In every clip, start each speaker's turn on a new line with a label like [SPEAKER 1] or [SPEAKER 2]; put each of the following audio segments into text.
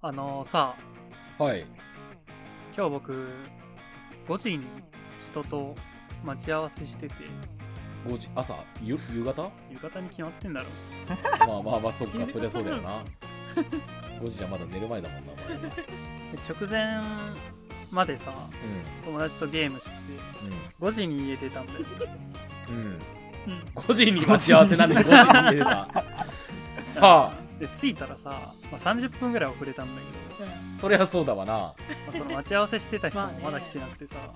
[SPEAKER 1] あのさ
[SPEAKER 2] はい。
[SPEAKER 1] 今日僕5時に人と待ち合わせしてて
[SPEAKER 2] 5時、朝、ゆ夕方
[SPEAKER 1] 夕方に決まってんだろ
[SPEAKER 2] まあまあまあ、そっか、そりゃそうだよな。5時じゃまだ寝る前だもんな、お前な。
[SPEAKER 1] で直前までさ友達とゲームして5時に家出たんだよ、
[SPEAKER 2] うん。うん。うん。
[SPEAKER 1] うん
[SPEAKER 2] 5時に待ち合わせなんで5時に寝れた。はあ、
[SPEAKER 1] で着いたらさ、まあ、30分ぐらい遅れたんだけ
[SPEAKER 2] そりゃそうだわな。
[SPEAKER 1] ど、まあその待ち合わせしてた人も
[SPEAKER 3] まあね
[SPEAKER 1] まだ来てなくて さ、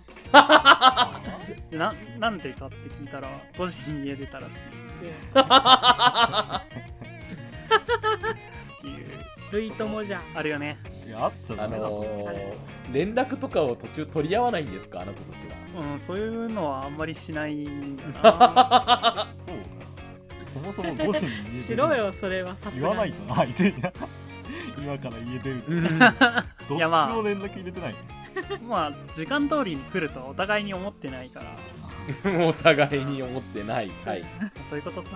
[SPEAKER 1] でななんでかって聞いたら5時に家出たらしいっていう
[SPEAKER 3] ルイともじゃん。
[SPEAKER 1] あるよね
[SPEAKER 4] いや、あっちゃ
[SPEAKER 2] あ
[SPEAKER 4] ダメだと
[SPEAKER 2] の
[SPEAKER 4] 思う。
[SPEAKER 2] ー、連絡とかを途中取り合わないんですか、あなたたちは。
[SPEAKER 1] うんそういうのはあんまりしないんだな
[SPEAKER 4] そうだよ。そもそも5時に家出る。
[SPEAKER 3] しろよ、それはさすがに。
[SPEAKER 4] 言わないとな、相手にな。今から家出るって。どっ
[SPEAKER 1] い
[SPEAKER 4] ち
[SPEAKER 1] やまあ
[SPEAKER 4] も連絡入れてない。
[SPEAKER 1] まあ時間通りに来るとはお互いに思ってないから
[SPEAKER 2] お互いに思ってない。はい。
[SPEAKER 1] そういうことって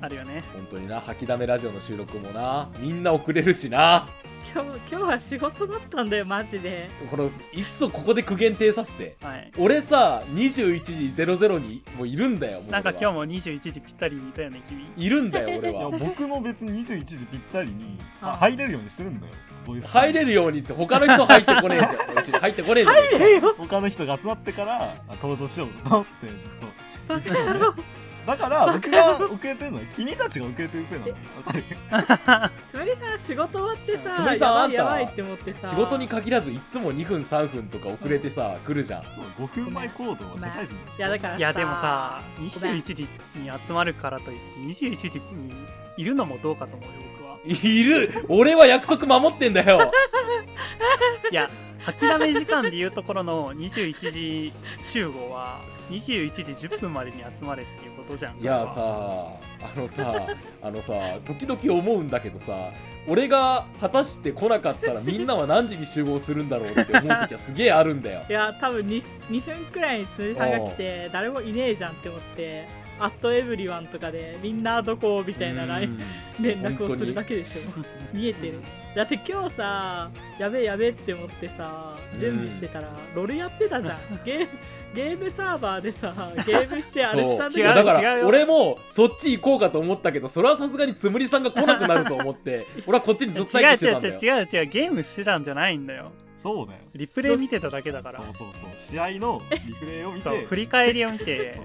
[SPEAKER 1] あるよね、
[SPEAKER 2] 本当にな、吐きだめラジオの収録もな、みんな遅れるしな。
[SPEAKER 3] 今日、今日は仕事だったんだよ、マジで。
[SPEAKER 2] この、いっそここで苦言呈させて。
[SPEAKER 1] はい
[SPEAKER 2] 俺さ、21時00にもういるんだよ。もう
[SPEAKER 1] なんか
[SPEAKER 2] 俺は
[SPEAKER 1] 今日も21時ぴったりにいたよね君
[SPEAKER 2] いるんだよ、俺
[SPEAKER 4] いや、
[SPEAKER 2] は。
[SPEAKER 4] 僕も別に21時ぴったりに、
[SPEAKER 3] あ
[SPEAKER 4] あ入れるようにしてるんだよ。ボイス
[SPEAKER 2] 入れるようにって、他の人入ってこねえんだよ。うちに入ってこねえんだよ。
[SPEAKER 3] えよ、
[SPEAKER 4] 他の人が集まってからあ登場しようと思ってずっと言ってたのねだから僕が遅れてるのは君たちが遅れてるせいなのわかる
[SPEAKER 3] つむりさん仕事終わってさ、
[SPEAKER 2] つむりさんあんた
[SPEAKER 3] やばいやばいって思ってさ。
[SPEAKER 2] 仕事に限らず、いつも2分、3分とか遅れてさ、来るじゃん。
[SPEAKER 4] そう5分前行動は社会人
[SPEAKER 3] いやだから
[SPEAKER 1] いやでもさ
[SPEAKER 3] ごめん
[SPEAKER 1] 21時に集まるからといって21時にいるのもどうかと思うよ僕は
[SPEAKER 2] いる俺は約束守ってんだ よ
[SPEAKER 1] いや吐きだめ時間でいうところの21時集合は21時10分までに集まれっていうことじゃん
[SPEAKER 2] いや
[SPEAKER 1] それ
[SPEAKER 2] さ
[SPEAKER 1] は
[SPEAKER 2] あのさあのさ時々思うんだけどさ俺が果たして来なかったらみんなは何時に集合するんだろうって思う時はすげえあるんだよ
[SPEAKER 3] いや、多分 2, 2分くらいにつむりさんが来て、誰もいねえじゃんって思って、アットエブリワンとかで、みんなどこみたいなライン連絡をするだけでしょ。 見えてる。だって今日さ、やべえやべえって思ってさ、準備してたら、ロルやってたじゃん。ゲーム、ゲームサーバーでさ、ゲームしてアレ
[SPEAKER 2] そ
[SPEAKER 3] ク
[SPEAKER 2] う
[SPEAKER 3] サン
[SPEAKER 2] い
[SPEAKER 3] ド
[SPEAKER 1] 違
[SPEAKER 2] や
[SPEAKER 1] う
[SPEAKER 2] だ
[SPEAKER 3] が
[SPEAKER 2] か
[SPEAKER 1] 違う
[SPEAKER 2] ら
[SPEAKER 1] よ
[SPEAKER 2] 俺もそっち行こうかと思ったけどそれはさすがにつむりさんが来なくなると思って俺はこっちにずっと待機してたんだよ
[SPEAKER 1] 違う違う違う違うゲームしてたんじゃないんだよ
[SPEAKER 4] そうだよ
[SPEAKER 1] リプレイ見てただけだから
[SPEAKER 4] そうそうそう試合のリプレイを見
[SPEAKER 1] そう
[SPEAKER 4] て
[SPEAKER 1] 振り返りを見て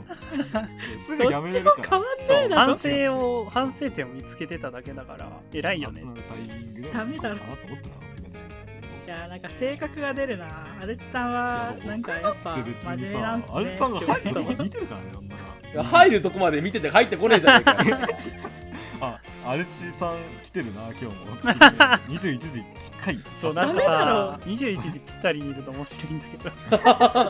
[SPEAKER 4] そうすぐやめれるから
[SPEAKER 3] どっちも変わんねえだ
[SPEAKER 1] 反省を反省点を見つけてただけだから偉いよね
[SPEAKER 4] 集まるタイミングで
[SPEAKER 3] ダメだろ
[SPEAKER 4] かなと思ってたの俺たち
[SPEAKER 3] いやなんか性格が出るなアルチさんはい
[SPEAKER 4] や
[SPEAKER 3] なんかやっぱ
[SPEAKER 4] で別
[SPEAKER 3] 真面
[SPEAKER 4] に
[SPEAKER 3] 目なんす
[SPEAKER 4] さ
[SPEAKER 3] ね
[SPEAKER 4] あれさんが入ってた
[SPEAKER 3] って
[SPEAKER 4] の
[SPEAKER 3] 思った
[SPEAKER 4] 見てるからねなんなら
[SPEAKER 2] いや入るとこまで見てて入ってこねえじゃねえかよ
[SPEAKER 4] あアルチさん来てるな 今日も21時きっかり
[SPEAKER 1] そうなんか
[SPEAKER 3] ダメだろ
[SPEAKER 1] さ21時ぴったりにいると面白いんだけど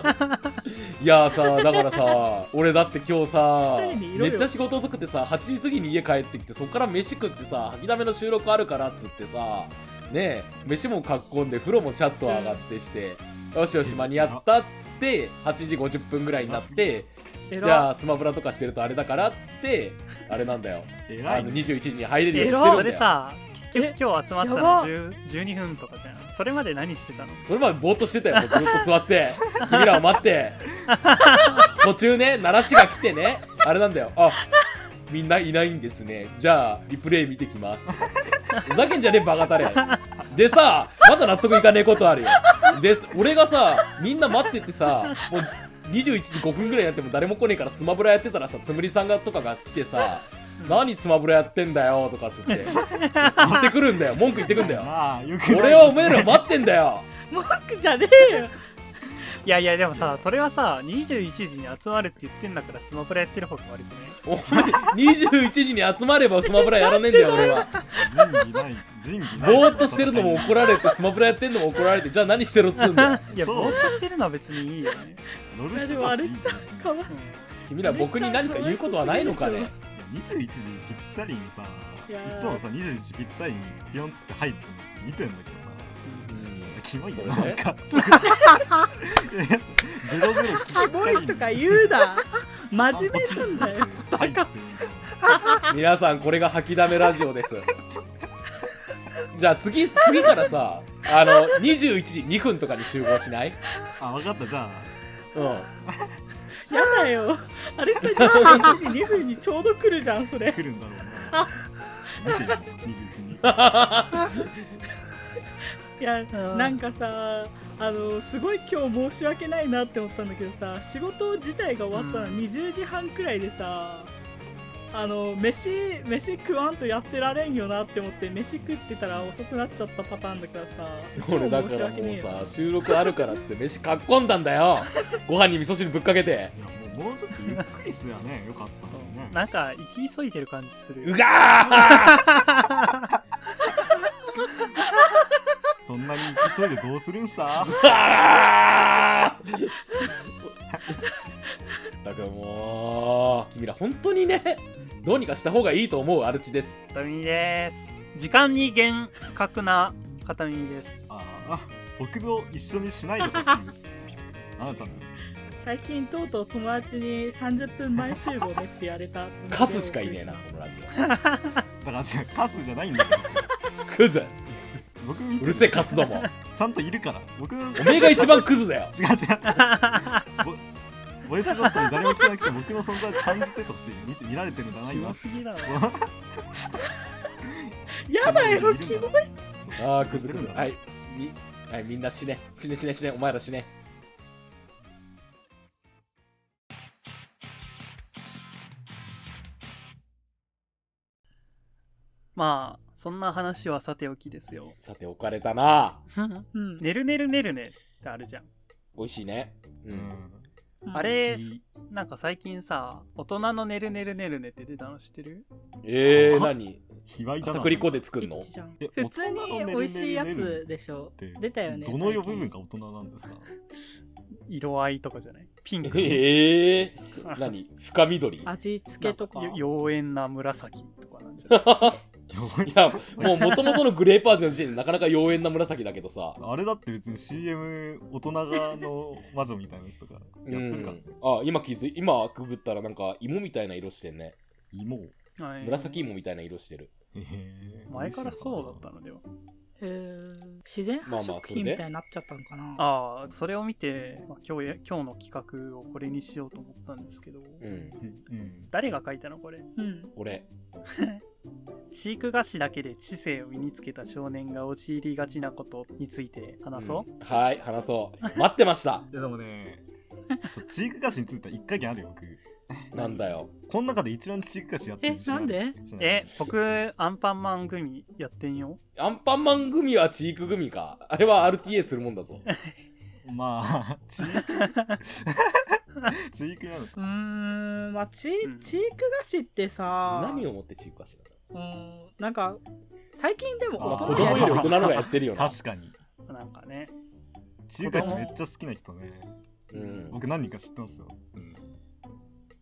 [SPEAKER 2] いやーさだからさ俺だって今日さ
[SPEAKER 3] 二人にいろ
[SPEAKER 2] め
[SPEAKER 3] よ
[SPEAKER 2] っちゃ仕事遅くてさ8時過ぎに家帰ってきてそっから飯食ってさ吐きだめの収録あるからっつってさねえ飯もかっこんで風呂もシャット上がってして、よしよし間に合ったっつって8時50分ぐらいになって
[SPEAKER 3] エロ
[SPEAKER 2] じゃあスマブラとかしてるとあれだからっつってあれなんだよ
[SPEAKER 4] 偉
[SPEAKER 2] あ
[SPEAKER 4] い
[SPEAKER 2] の
[SPEAKER 4] ね
[SPEAKER 2] 21時に入れるよう
[SPEAKER 1] え
[SPEAKER 2] にしてるん
[SPEAKER 1] そ
[SPEAKER 2] だ
[SPEAKER 1] れ
[SPEAKER 2] よ
[SPEAKER 1] さ結
[SPEAKER 3] え
[SPEAKER 1] 局今日集まったの
[SPEAKER 3] やば
[SPEAKER 1] 10 12分とかじゃんそれまで何してたの
[SPEAKER 2] それまでぼーっとしてたよ、もうずっと座って、君らを待って、途中ね、鳴らしが来てね、あれなんだよ、あみんないないんですね、じゃあ、リプレイ見てきますとか言って。ふざけんじゃねえ、バカタレ。でさ、まだ納得いかねえことあるよ。で、俺がさ、みんな待っててさ、もう21時5分ぐらいになっても誰も来ねえからスマブラやってたらさ、つむりさんがとかが来てさ、何スマブラやってんだよとかつって言ってくるんだよ文句言ってくんだよ
[SPEAKER 4] まあよくない
[SPEAKER 2] 俺はお めえら待ってんだよ
[SPEAKER 3] 文句じゃねえよ
[SPEAKER 1] いやいやでもさそれはさ21時に集まるって言ってんだからスマブラやってる方が悪くね
[SPEAKER 2] お前21時に集まればスマブラやらねえんだよ俺は
[SPEAKER 4] 仁義ない仁義ない
[SPEAKER 2] ぼーっとしてるのも怒られてスマブラやってんのも怒られてじゃあ何してろっつうん だよ
[SPEAKER 1] いや
[SPEAKER 4] そう
[SPEAKER 1] ぼーっとしてるのは別にいいよね、
[SPEAKER 4] 乗る
[SPEAKER 3] いや
[SPEAKER 4] 人
[SPEAKER 3] でも
[SPEAKER 4] だ
[SPEAKER 3] ア
[SPEAKER 4] ってい
[SPEAKER 3] ル
[SPEAKER 4] い
[SPEAKER 3] チ
[SPEAKER 4] よ
[SPEAKER 3] さんかわい
[SPEAKER 2] 君ら僕に何か言うことはないのかね
[SPEAKER 4] いや21時ぴったりにさ
[SPEAKER 3] い
[SPEAKER 4] い
[SPEAKER 3] やー
[SPEAKER 4] つもさ21時ぴったりにビヨンっつって入ってんの見てんだけどさキモいよ
[SPEAKER 2] そ
[SPEAKER 4] な
[SPEAKER 2] れ
[SPEAKER 4] ん
[SPEAKER 2] で
[SPEAKER 4] かゼロゼロきっか
[SPEAKER 3] キモいとか
[SPEAKER 4] りに
[SPEAKER 3] 言うな真面目なんだよ
[SPEAKER 4] 入ってんの
[SPEAKER 2] 皆さんこれが吐きだめラジオですじゃあ次次からさあの21時2分とかに集合しない
[SPEAKER 4] あ分かったじゃ
[SPEAKER 2] う
[SPEAKER 3] やだよ。あれさ、21時2分にちょうど来るじゃん、そ
[SPEAKER 4] あ
[SPEAKER 3] れ。
[SPEAKER 4] 来るんだろうな見 てる21に
[SPEAKER 3] いや、
[SPEAKER 1] ん
[SPEAKER 3] なんかさ、あの、すごい今日申し訳ないなって思ったんだけどさ、仕事自体が終わったの
[SPEAKER 1] うん
[SPEAKER 3] 20時半くらいでさ、あの、飯、飯食わんとやってられんよなって思って、飯食ってたら遅くなっちゃったパターンだからさ、
[SPEAKER 2] ん 俺だ
[SPEAKER 3] 超
[SPEAKER 2] か
[SPEAKER 3] 申し
[SPEAKER 2] らも
[SPEAKER 3] 訳
[SPEAKER 2] う
[SPEAKER 3] ねえ
[SPEAKER 2] さ収録あるからっつって飯かっこんだんだよご飯に味噌汁ぶっかけて
[SPEAKER 4] いやもうもうちょっとゆっくりすりゃねよかったのにね
[SPEAKER 1] なんか行き急いでる感じする
[SPEAKER 2] うがー
[SPEAKER 4] そんなに急いでどうするん さ
[SPEAKER 2] うわーだからもう君ら本当にねどうにかした方がいいと思うアルチです
[SPEAKER 1] 片耳です時間に厳格な片耳です
[SPEAKER 4] ああ僕を一緒にしないでほしいですななちゃんです
[SPEAKER 3] 最近とうとう友達に30分前集合ねって言われたつもり で
[SPEAKER 2] カスしかいねえなこのラジ
[SPEAKER 4] だから違うカスじゃないんだけど
[SPEAKER 2] オクズ
[SPEAKER 4] 僕見て
[SPEAKER 2] うるせえカスども
[SPEAKER 4] ちゃんといるから僕お
[SPEAKER 2] おめ えが一番クズだよ
[SPEAKER 4] 違う違 うボイスジョットに誰も来なくて僕の存在を感じてほしい見て見られてるんだな
[SPEAKER 1] キモ
[SPEAKER 4] 今
[SPEAKER 1] すぎだろ
[SPEAKER 3] やだよ、キモい。
[SPEAKER 2] ああクズクズはいいみ,、はい、みんな死ね死ね死ね死ねお前ら死ね
[SPEAKER 1] まあそんな話はさておきですよ
[SPEAKER 2] さて置かれたな
[SPEAKER 3] うん
[SPEAKER 1] ねるねるねるねってあるじゃん
[SPEAKER 2] 美味しいねうん
[SPEAKER 1] あれ
[SPEAKER 4] 好き
[SPEAKER 1] なんか最近さ大人のねるねるねるねって出たの知ってる
[SPEAKER 2] えー、
[SPEAKER 4] は
[SPEAKER 2] 何
[SPEAKER 4] 卑猥だな
[SPEAKER 2] 片栗粉で作るの
[SPEAKER 3] 一じゃん
[SPEAKER 4] え
[SPEAKER 3] 普通に美味しいや
[SPEAKER 4] 大人のねるねるね
[SPEAKER 3] つ
[SPEAKER 4] るね
[SPEAKER 3] でしょ
[SPEAKER 4] って
[SPEAKER 3] 出たよね
[SPEAKER 4] どの部分が大人なんですか
[SPEAKER 1] 色合いとかじゃないピンク
[SPEAKER 2] ええー、何深緑い
[SPEAKER 3] 味付けとか
[SPEAKER 1] よ妖艶な紫とかなんじゃない
[SPEAKER 2] やもう元々のグレープ味の時点でなかなか妖艶な紫だけどさ
[SPEAKER 4] あれだって別に CM 大人側の魔女みたいな人がやってるからね
[SPEAKER 2] あ今気づい今くぐったらなんか芋みたいな色してんね
[SPEAKER 4] 芋を
[SPEAKER 1] はい
[SPEAKER 2] 紫芋みたいな色してる
[SPEAKER 4] へえ
[SPEAKER 1] 前からそうだったのでは
[SPEAKER 3] へー自然
[SPEAKER 2] まあ
[SPEAKER 3] 発
[SPEAKER 2] まあ
[SPEAKER 3] 色
[SPEAKER 2] それ
[SPEAKER 3] 品
[SPEAKER 2] で
[SPEAKER 3] みたいになっちゃったのかな
[SPEAKER 1] ああそれを見て、まあ今日や今日の企画をこれにしようと思ったんですけど、
[SPEAKER 2] うん
[SPEAKER 4] うん
[SPEAKER 1] 誰が書いたのこれ
[SPEAKER 3] うん
[SPEAKER 2] 俺
[SPEAKER 1] 飼育菓子だけで知性を身につけた少年が陥りがちなことについて話そう、
[SPEAKER 2] うんはい話そう待ってました
[SPEAKER 4] いやでもねちょチーク菓子については一回件あるよ僕
[SPEAKER 2] なんだよ
[SPEAKER 4] この中で一番チーク菓子やって
[SPEAKER 3] え
[SPEAKER 4] る
[SPEAKER 3] なんで
[SPEAKER 4] 知らない
[SPEAKER 1] え僕アンパンマン組やってんよ
[SPEAKER 2] アンパンマン組はチーク組かあれは RTA するもんだぞ
[SPEAKER 4] まあ、チーク。チークなの か。
[SPEAKER 3] うーんまあチ
[SPEAKER 1] う
[SPEAKER 3] ー
[SPEAKER 1] ん
[SPEAKER 3] チーク菓子ってさ
[SPEAKER 2] 何をもってチーク足だ
[SPEAKER 3] うんなんか最近でも
[SPEAKER 2] まあ子
[SPEAKER 3] 大人
[SPEAKER 2] 供よ
[SPEAKER 3] や
[SPEAKER 2] り大人の方がやってるよな
[SPEAKER 4] 確かに。
[SPEAKER 1] なんかね
[SPEAKER 4] チーク菓子めっちゃ好きな人ね。
[SPEAKER 2] うん、
[SPEAKER 4] 僕何人か知ってますよ。うん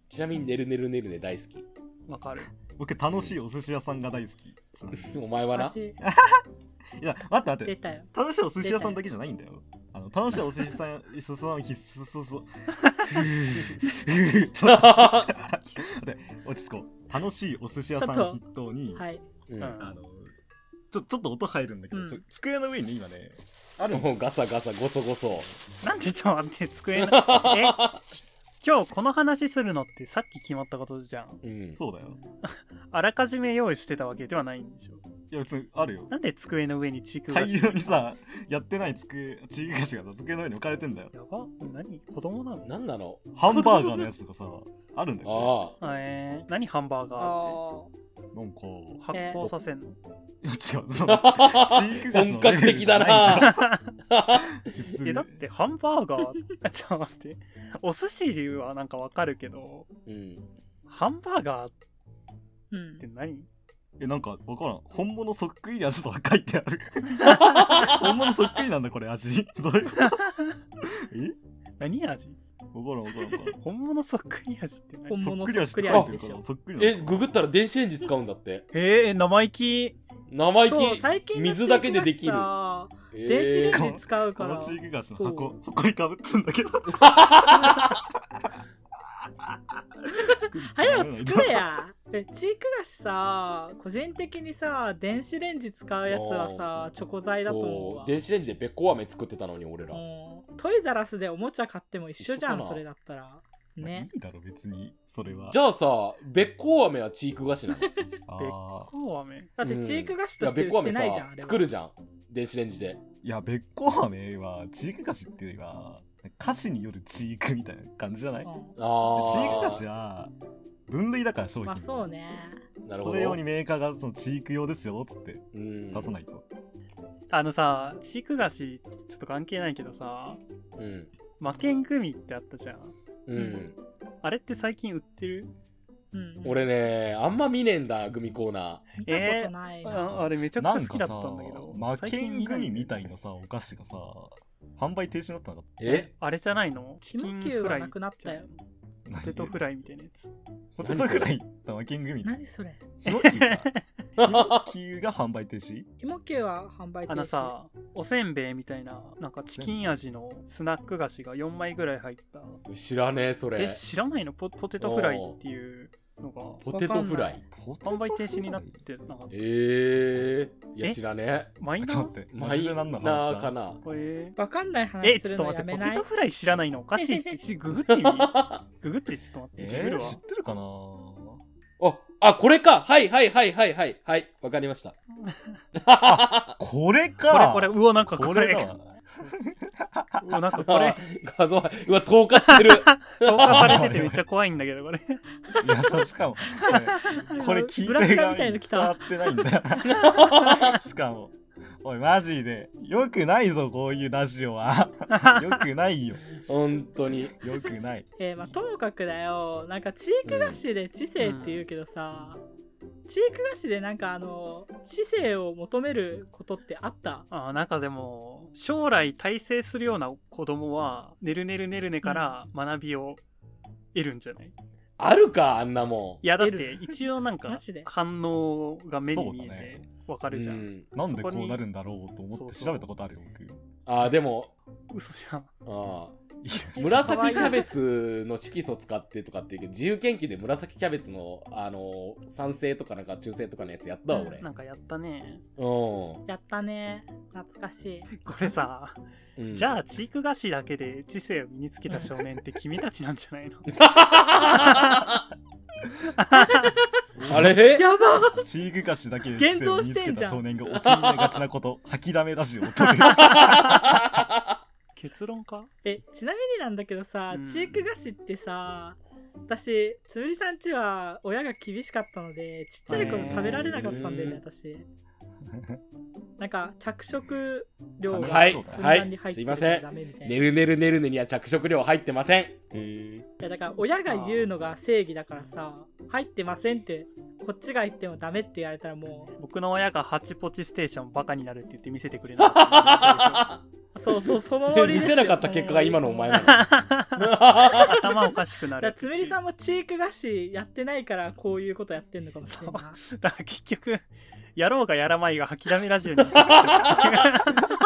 [SPEAKER 2] ちなみに「ねるねるねるね」大好き
[SPEAKER 1] わかる
[SPEAKER 4] 僕楽しいお寿司屋さんが大好き。ちなみに
[SPEAKER 2] お前 はな
[SPEAKER 3] 味
[SPEAKER 4] いや、待って待っ
[SPEAKER 3] 出
[SPEAKER 4] て。
[SPEAKER 3] たよ
[SPEAKER 4] 楽しいお寿司屋さんだけじゃないんだよ。あの楽しいお寿司屋さん、寿司屋さん必須、そうそう。ちょっと待って、落ち着こう。楽しいお寿司屋さん
[SPEAKER 3] ちょっと
[SPEAKER 4] 筆頭に、
[SPEAKER 3] はい
[SPEAKER 2] うん
[SPEAKER 1] うん
[SPEAKER 4] あの、ちょ、ちょっと音入るんだけど、
[SPEAKER 3] うん
[SPEAKER 4] ちょ机の上に今ね、あるの
[SPEAKER 2] もうガサガサゴソゴソ
[SPEAKER 1] なんでちょっと待って机の え今日この話するのってさっき決まったことじゃん
[SPEAKER 2] うん
[SPEAKER 4] そうだよ。
[SPEAKER 1] あらかじめ用意してたわけではないんでしょ
[SPEAKER 4] いや、別にあるよ。
[SPEAKER 1] なんで机の上にチーク菓
[SPEAKER 4] 大
[SPEAKER 1] 子
[SPEAKER 4] 量にさ、やってない机、チーク菓子がさ机の上に置かれてんだよ。
[SPEAKER 1] やば何子供なの
[SPEAKER 2] なんなの
[SPEAKER 4] ハンバーガーのやつとかさ、あるんだよ、
[SPEAKER 2] ああ
[SPEAKER 1] えー、何ハンバーガーっ
[SPEAKER 3] あ
[SPEAKER 4] ね。なんか、
[SPEAKER 1] て発酵させんの、
[SPEAKER 4] いや違う、その、ーク菓 子
[SPEAKER 2] 本格
[SPEAKER 4] のレベル
[SPEAKER 2] 的
[SPEAKER 4] じ
[SPEAKER 2] だ
[SPEAKER 4] ゃない
[SPEAKER 2] な
[SPEAKER 4] 普通
[SPEAKER 1] え
[SPEAKER 4] に
[SPEAKER 1] だってハンバーガー あちょっと待ってお寿司はなんかわかるけど
[SPEAKER 2] うん
[SPEAKER 1] ハンバーガーっ
[SPEAKER 3] ーうん
[SPEAKER 1] て何
[SPEAKER 4] え、なんか、わからん。本物そっくり味とか書いてあ る。本物そっくりなんだ、これ、味。どういうことえ
[SPEAKER 1] 何味
[SPEAKER 4] わからん、わからんわからん。
[SPEAKER 1] 本物そっくり味って何
[SPEAKER 3] 本
[SPEAKER 4] そ
[SPEAKER 3] 物
[SPEAKER 4] っくり味って
[SPEAKER 2] そっ
[SPEAKER 4] 書
[SPEAKER 2] く
[SPEAKER 3] り味
[SPEAKER 4] いてる
[SPEAKER 3] でし
[SPEAKER 4] か
[SPEAKER 3] ょ
[SPEAKER 4] ら、そっくり
[SPEAKER 2] え
[SPEAKER 4] なんだ。
[SPEAKER 2] ググったら電子レンジ使うんだって
[SPEAKER 1] えー、生意気
[SPEAKER 2] 生意
[SPEAKER 3] そう
[SPEAKER 2] 気
[SPEAKER 3] 最近の
[SPEAKER 2] 水だけでできる
[SPEAKER 3] チーク菓子さ
[SPEAKER 2] えー
[SPEAKER 3] 電子レンジ使う
[SPEAKER 4] こ
[SPEAKER 3] か
[SPEAKER 4] の
[SPEAKER 3] ら
[SPEAKER 4] チーク菓子の
[SPEAKER 3] そ
[SPEAKER 4] 箱、ほこりかぶってんだ けど。
[SPEAKER 3] 早く作れやえチークだしさ個人的にさ電子レンジ使うやつはさチョコ材だと思う
[SPEAKER 2] そ
[SPEAKER 3] わ
[SPEAKER 2] う電子レンジでべっこう飴作ってたのに俺ら
[SPEAKER 3] うんトイザラスでおもちゃ買っても一緒じゃ
[SPEAKER 2] 一緒か
[SPEAKER 3] ん
[SPEAKER 2] な
[SPEAKER 3] それだったら
[SPEAKER 4] まあい
[SPEAKER 3] ね
[SPEAKER 4] いだろ別にそれは
[SPEAKER 2] じゃあさべっこう飴はチーク菓子なのい
[SPEAKER 4] あ
[SPEAKER 1] べっ
[SPEAKER 4] ー
[SPEAKER 1] こう飴
[SPEAKER 3] だってチーク菓子と
[SPEAKER 2] や
[SPEAKER 3] して
[SPEAKER 2] べっ
[SPEAKER 3] 売
[SPEAKER 2] こ
[SPEAKER 3] っ
[SPEAKER 2] う飴
[SPEAKER 3] て
[SPEAKER 2] さ
[SPEAKER 3] ないじゃんあれは
[SPEAKER 2] 作るじゃん電子レンジで
[SPEAKER 4] いやべっこ飴はチーク菓子っていうよりは菓子によるチークみたいな感じじゃない、
[SPEAKER 3] うん
[SPEAKER 2] あ
[SPEAKER 4] チーク菓
[SPEAKER 2] ー
[SPEAKER 4] 子は分類だから商品、
[SPEAKER 3] まあそうね
[SPEAKER 2] なる
[SPEAKER 4] そ
[SPEAKER 2] ほ
[SPEAKER 4] れ用
[SPEAKER 2] ど
[SPEAKER 4] にメーカーがそのチーク用ですよっつって
[SPEAKER 2] うん
[SPEAKER 4] 出さないと、
[SPEAKER 1] あのさチーク菓子ちょっと関係ないけどさ
[SPEAKER 2] うん
[SPEAKER 1] 魔剣グミってあったじゃん
[SPEAKER 2] うん
[SPEAKER 1] あれって最近売ってる
[SPEAKER 3] うん
[SPEAKER 2] 俺ねあんま見ねえんだグミコーナ
[SPEAKER 3] 見たことないな、
[SPEAKER 1] ああれめちゃくちゃ好きだったんだけど
[SPEAKER 4] なんかさ
[SPEAKER 1] 最
[SPEAKER 4] 魔剣
[SPEAKER 1] 近
[SPEAKER 4] グミみた
[SPEAKER 1] 見
[SPEAKER 4] い
[SPEAKER 1] な
[SPEAKER 4] なさお菓子がさ販売停止になったのか
[SPEAKER 2] ーえ
[SPEAKER 1] あれじゃないのチキン
[SPEAKER 3] キムキュ
[SPEAKER 1] フ
[SPEAKER 3] ー
[SPEAKER 1] ラ
[SPEAKER 3] は
[SPEAKER 1] イ
[SPEAKER 3] なくなったよ
[SPEAKER 1] ポテトフライみたいなやつ
[SPEAKER 4] ポテトフライ魔剣グミ
[SPEAKER 3] 何それ
[SPEAKER 4] ヒノキがヒノキが販売停止
[SPEAKER 3] キモキューは販売停止
[SPEAKER 1] あのさおせんべいみたいななんかチキン味のスナック菓子が4枚ぐらい入った
[SPEAKER 2] 知らねえそ
[SPEAKER 1] え
[SPEAKER 2] れ
[SPEAKER 1] 知らないのポポテトフライっていうのが
[SPEAKER 2] ポテトフラ
[SPEAKER 3] わか
[SPEAKER 2] イ
[SPEAKER 1] 販売停止になってなかった
[SPEAKER 2] ええいや
[SPEAKER 1] え
[SPEAKER 2] 知らねえ
[SPEAKER 1] マイナ
[SPEAKER 4] ちょっ
[SPEAKER 1] ー
[SPEAKER 4] と待ってマ
[SPEAKER 2] マ
[SPEAKER 4] ジ
[SPEAKER 2] イ
[SPEAKER 4] で
[SPEAKER 2] ナ
[SPEAKER 4] 何の話
[SPEAKER 2] ー
[SPEAKER 4] だ
[SPEAKER 2] かな
[SPEAKER 1] これ
[SPEAKER 3] わかんない話
[SPEAKER 1] えち
[SPEAKER 3] す
[SPEAKER 1] ょ
[SPEAKER 3] る
[SPEAKER 1] っと
[SPEAKER 3] の
[SPEAKER 1] 待
[SPEAKER 3] や
[SPEAKER 1] って
[SPEAKER 3] め
[SPEAKER 1] ポ
[SPEAKER 3] な
[SPEAKER 1] テ
[SPEAKER 3] い
[SPEAKER 1] トフライ知らないのおか しいってちググってみ
[SPEAKER 2] あ
[SPEAKER 1] ググってちょっと待ってググ
[SPEAKER 4] え
[SPEAKER 1] る
[SPEAKER 4] ー、
[SPEAKER 1] わ
[SPEAKER 4] 知ってるかな
[SPEAKER 2] あこれかはいはいはいはいはいはいわかりました
[SPEAKER 4] こ
[SPEAKER 1] これ
[SPEAKER 4] れか
[SPEAKER 1] これうわなんかこ
[SPEAKER 4] こ
[SPEAKER 1] れ
[SPEAKER 4] れだわ
[SPEAKER 1] うわなんかこ
[SPEAKER 2] こ
[SPEAKER 1] れ
[SPEAKER 2] れ 画像うわ透過してる
[SPEAKER 1] 投下されててめっちゃ怖いんだけど これ
[SPEAKER 4] いやそうしかも これこれ聞
[SPEAKER 3] ブラ
[SPEAKER 4] い
[SPEAKER 3] キ
[SPEAKER 4] てる
[SPEAKER 3] ラ
[SPEAKER 4] 側
[SPEAKER 3] みたいの
[SPEAKER 4] に
[SPEAKER 3] 来
[SPEAKER 4] 伝わ
[SPEAKER 3] た
[SPEAKER 4] ってないんだしかもおいマジでよくないぞこういうラジオはよくないよ
[SPEAKER 2] 本当に
[SPEAKER 4] よくない
[SPEAKER 3] えーまあともかくだよなんかチーク菓子で知性って言うけどさ、チーク菓子でなんかあの知性を求めることってあった
[SPEAKER 1] あーなんかでも将来大成するような子供はねるねるねるねから学びを得るんじゃない
[SPEAKER 2] あるかあんなもん
[SPEAKER 1] いやだっ
[SPEAKER 3] 得
[SPEAKER 1] て
[SPEAKER 3] る
[SPEAKER 1] 一応なん
[SPEAKER 3] マ
[SPEAKER 1] か
[SPEAKER 3] ジで
[SPEAKER 1] 反応が目に見
[SPEAKER 4] そうだ
[SPEAKER 1] え
[SPEAKER 4] ね
[SPEAKER 1] てわかるじゃ、
[SPEAKER 2] うんん
[SPEAKER 4] なんで
[SPEAKER 1] そこ
[SPEAKER 4] こ
[SPEAKER 1] に
[SPEAKER 4] うなるんだろうと
[SPEAKER 1] そ
[SPEAKER 4] 思っ
[SPEAKER 1] う
[SPEAKER 4] て
[SPEAKER 1] そう
[SPEAKER 4] 調べたことあるよ僕
[SPEAKER 2] あーでも
[SPEAKER 1] 嘘じゃん
[SPEAKER 2] あ
[SPEAKER 4] いや
[SPEAKER 2] ー紫キャベツの色素使ってとかっていうけど自由研究で紫キャベツのあの酸性とかなんか中性とかのやつやったわ俺
[SPEAKER 1] なんかやったね
[SPEAKER 2] う
[SPEAKER 3] やったね懐かしい
[SPEAKER 1] これさ、
[SPEAKER 2] ん、うん、
[SPEAKER 1] じゃあチーク菓子だけで知性を身につけた少年って君たちなんじゃないの
[SPEAKER 2] あ れ
[SPEAKER 3] やば
[SPEAKER 4] チーク菓子だけで知性を身につ
[SPEAKER 3] 現像
[SPEAKER 4] け
[SPEAKER 3] してんじ
[SPEAKER 4] た
[SPEAKER 3] ゃん
[SPEAKER 4] 少年が陥りがちなこと吐きだめラジオを撮る
[SPEAKER 1] 結論か
[SPEAKER 3] えちなみになんだけどさ、
[SPEAKER 1] うん
[SPEAKER 3] チーク菓子ってさ私つぶりさんちは親が厳しかったのでちっちゃい頃食べられなかったんだよね
[SPEAKER 2] へ
[SPEAKER 3] 私なんか着色料が
[SPEAKER 2] はい
[SPEAKER 4] そうだね
[SPEAKER 2] はい
[SPEAKER 3] 入って
[SPEAKER 2] すい
[SPEAKER 3] るか
[SPEAKER 2] ま
[SPEAKER 3] ら
[SPEAKER 2] せん
[SPEAKER 3] ダメみたいな
[SPEAKER 2] ねるねるねるねには着色料入ってま せん
[SPEAKER 4] え
[SPEAKER 3] いやだから親が言うのが正義だからさ入ってませんってこっちが言ってもダメって言われたらも
[SPEAKER 1] 僕の親がハチポチステーションバカになるって言って見せてくれなか
[SPEAKER 3] うそ うそうそのノリ
[SPEAKER 2] 見
[SPEAKER 3] ですよ
[SPEAKER 2] せなかった結果が今のお前なの
[SPEAKER 3] だか
[SPEAKER 1] った頭おかしくな
[SPEAKER 3] ら
[SPEAKER 1] る
[SPEAKER 3] つむりさん
[SPEAKER 1] ん
[SPEAKER 3] もチーク菓子やってないからこういうことやってんのかもしれんない
[SPEAKER 1] だから結局やろうがやらまいが吐きだめラジオに行き着く
[SPEAKER 4] ー、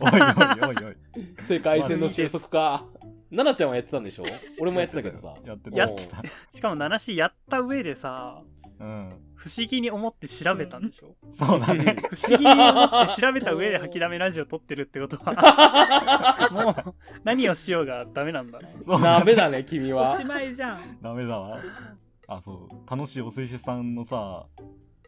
[SPEAKER 4] おいおいおいおい
[SPEAKER 2] 世界線の収束か奈々ちゃんはやってたんでしょ俺もやってたけどさ
[SPEAKER 4] やってた
[SPEAKER 1] や
[SPEAKER 4] や
[SPEAKER 1] っ
[SPEAKER 4] ってた
[SPEAKER 1] しかも七しやった上でさ
[SPEAKER 4] うん
[SPEAKER 1] 不思議に思って調べたんでしょ、
[SPEAKER 4] そうだね
[SPEAKER 1] 不思議に思って調べた上で吐きだめラジオ撮ってるってことはもう何をしようがダメなんだな
[SPEAKER 4] そう
[SPEAKER 2] ダメだね君
[SPEAKER 3] お
[SPEAKER 2] は
[SPEAKER 3] しまいじゃん
[SPEAKER 4] ダメだわあそう楽しいお寿司さんのさ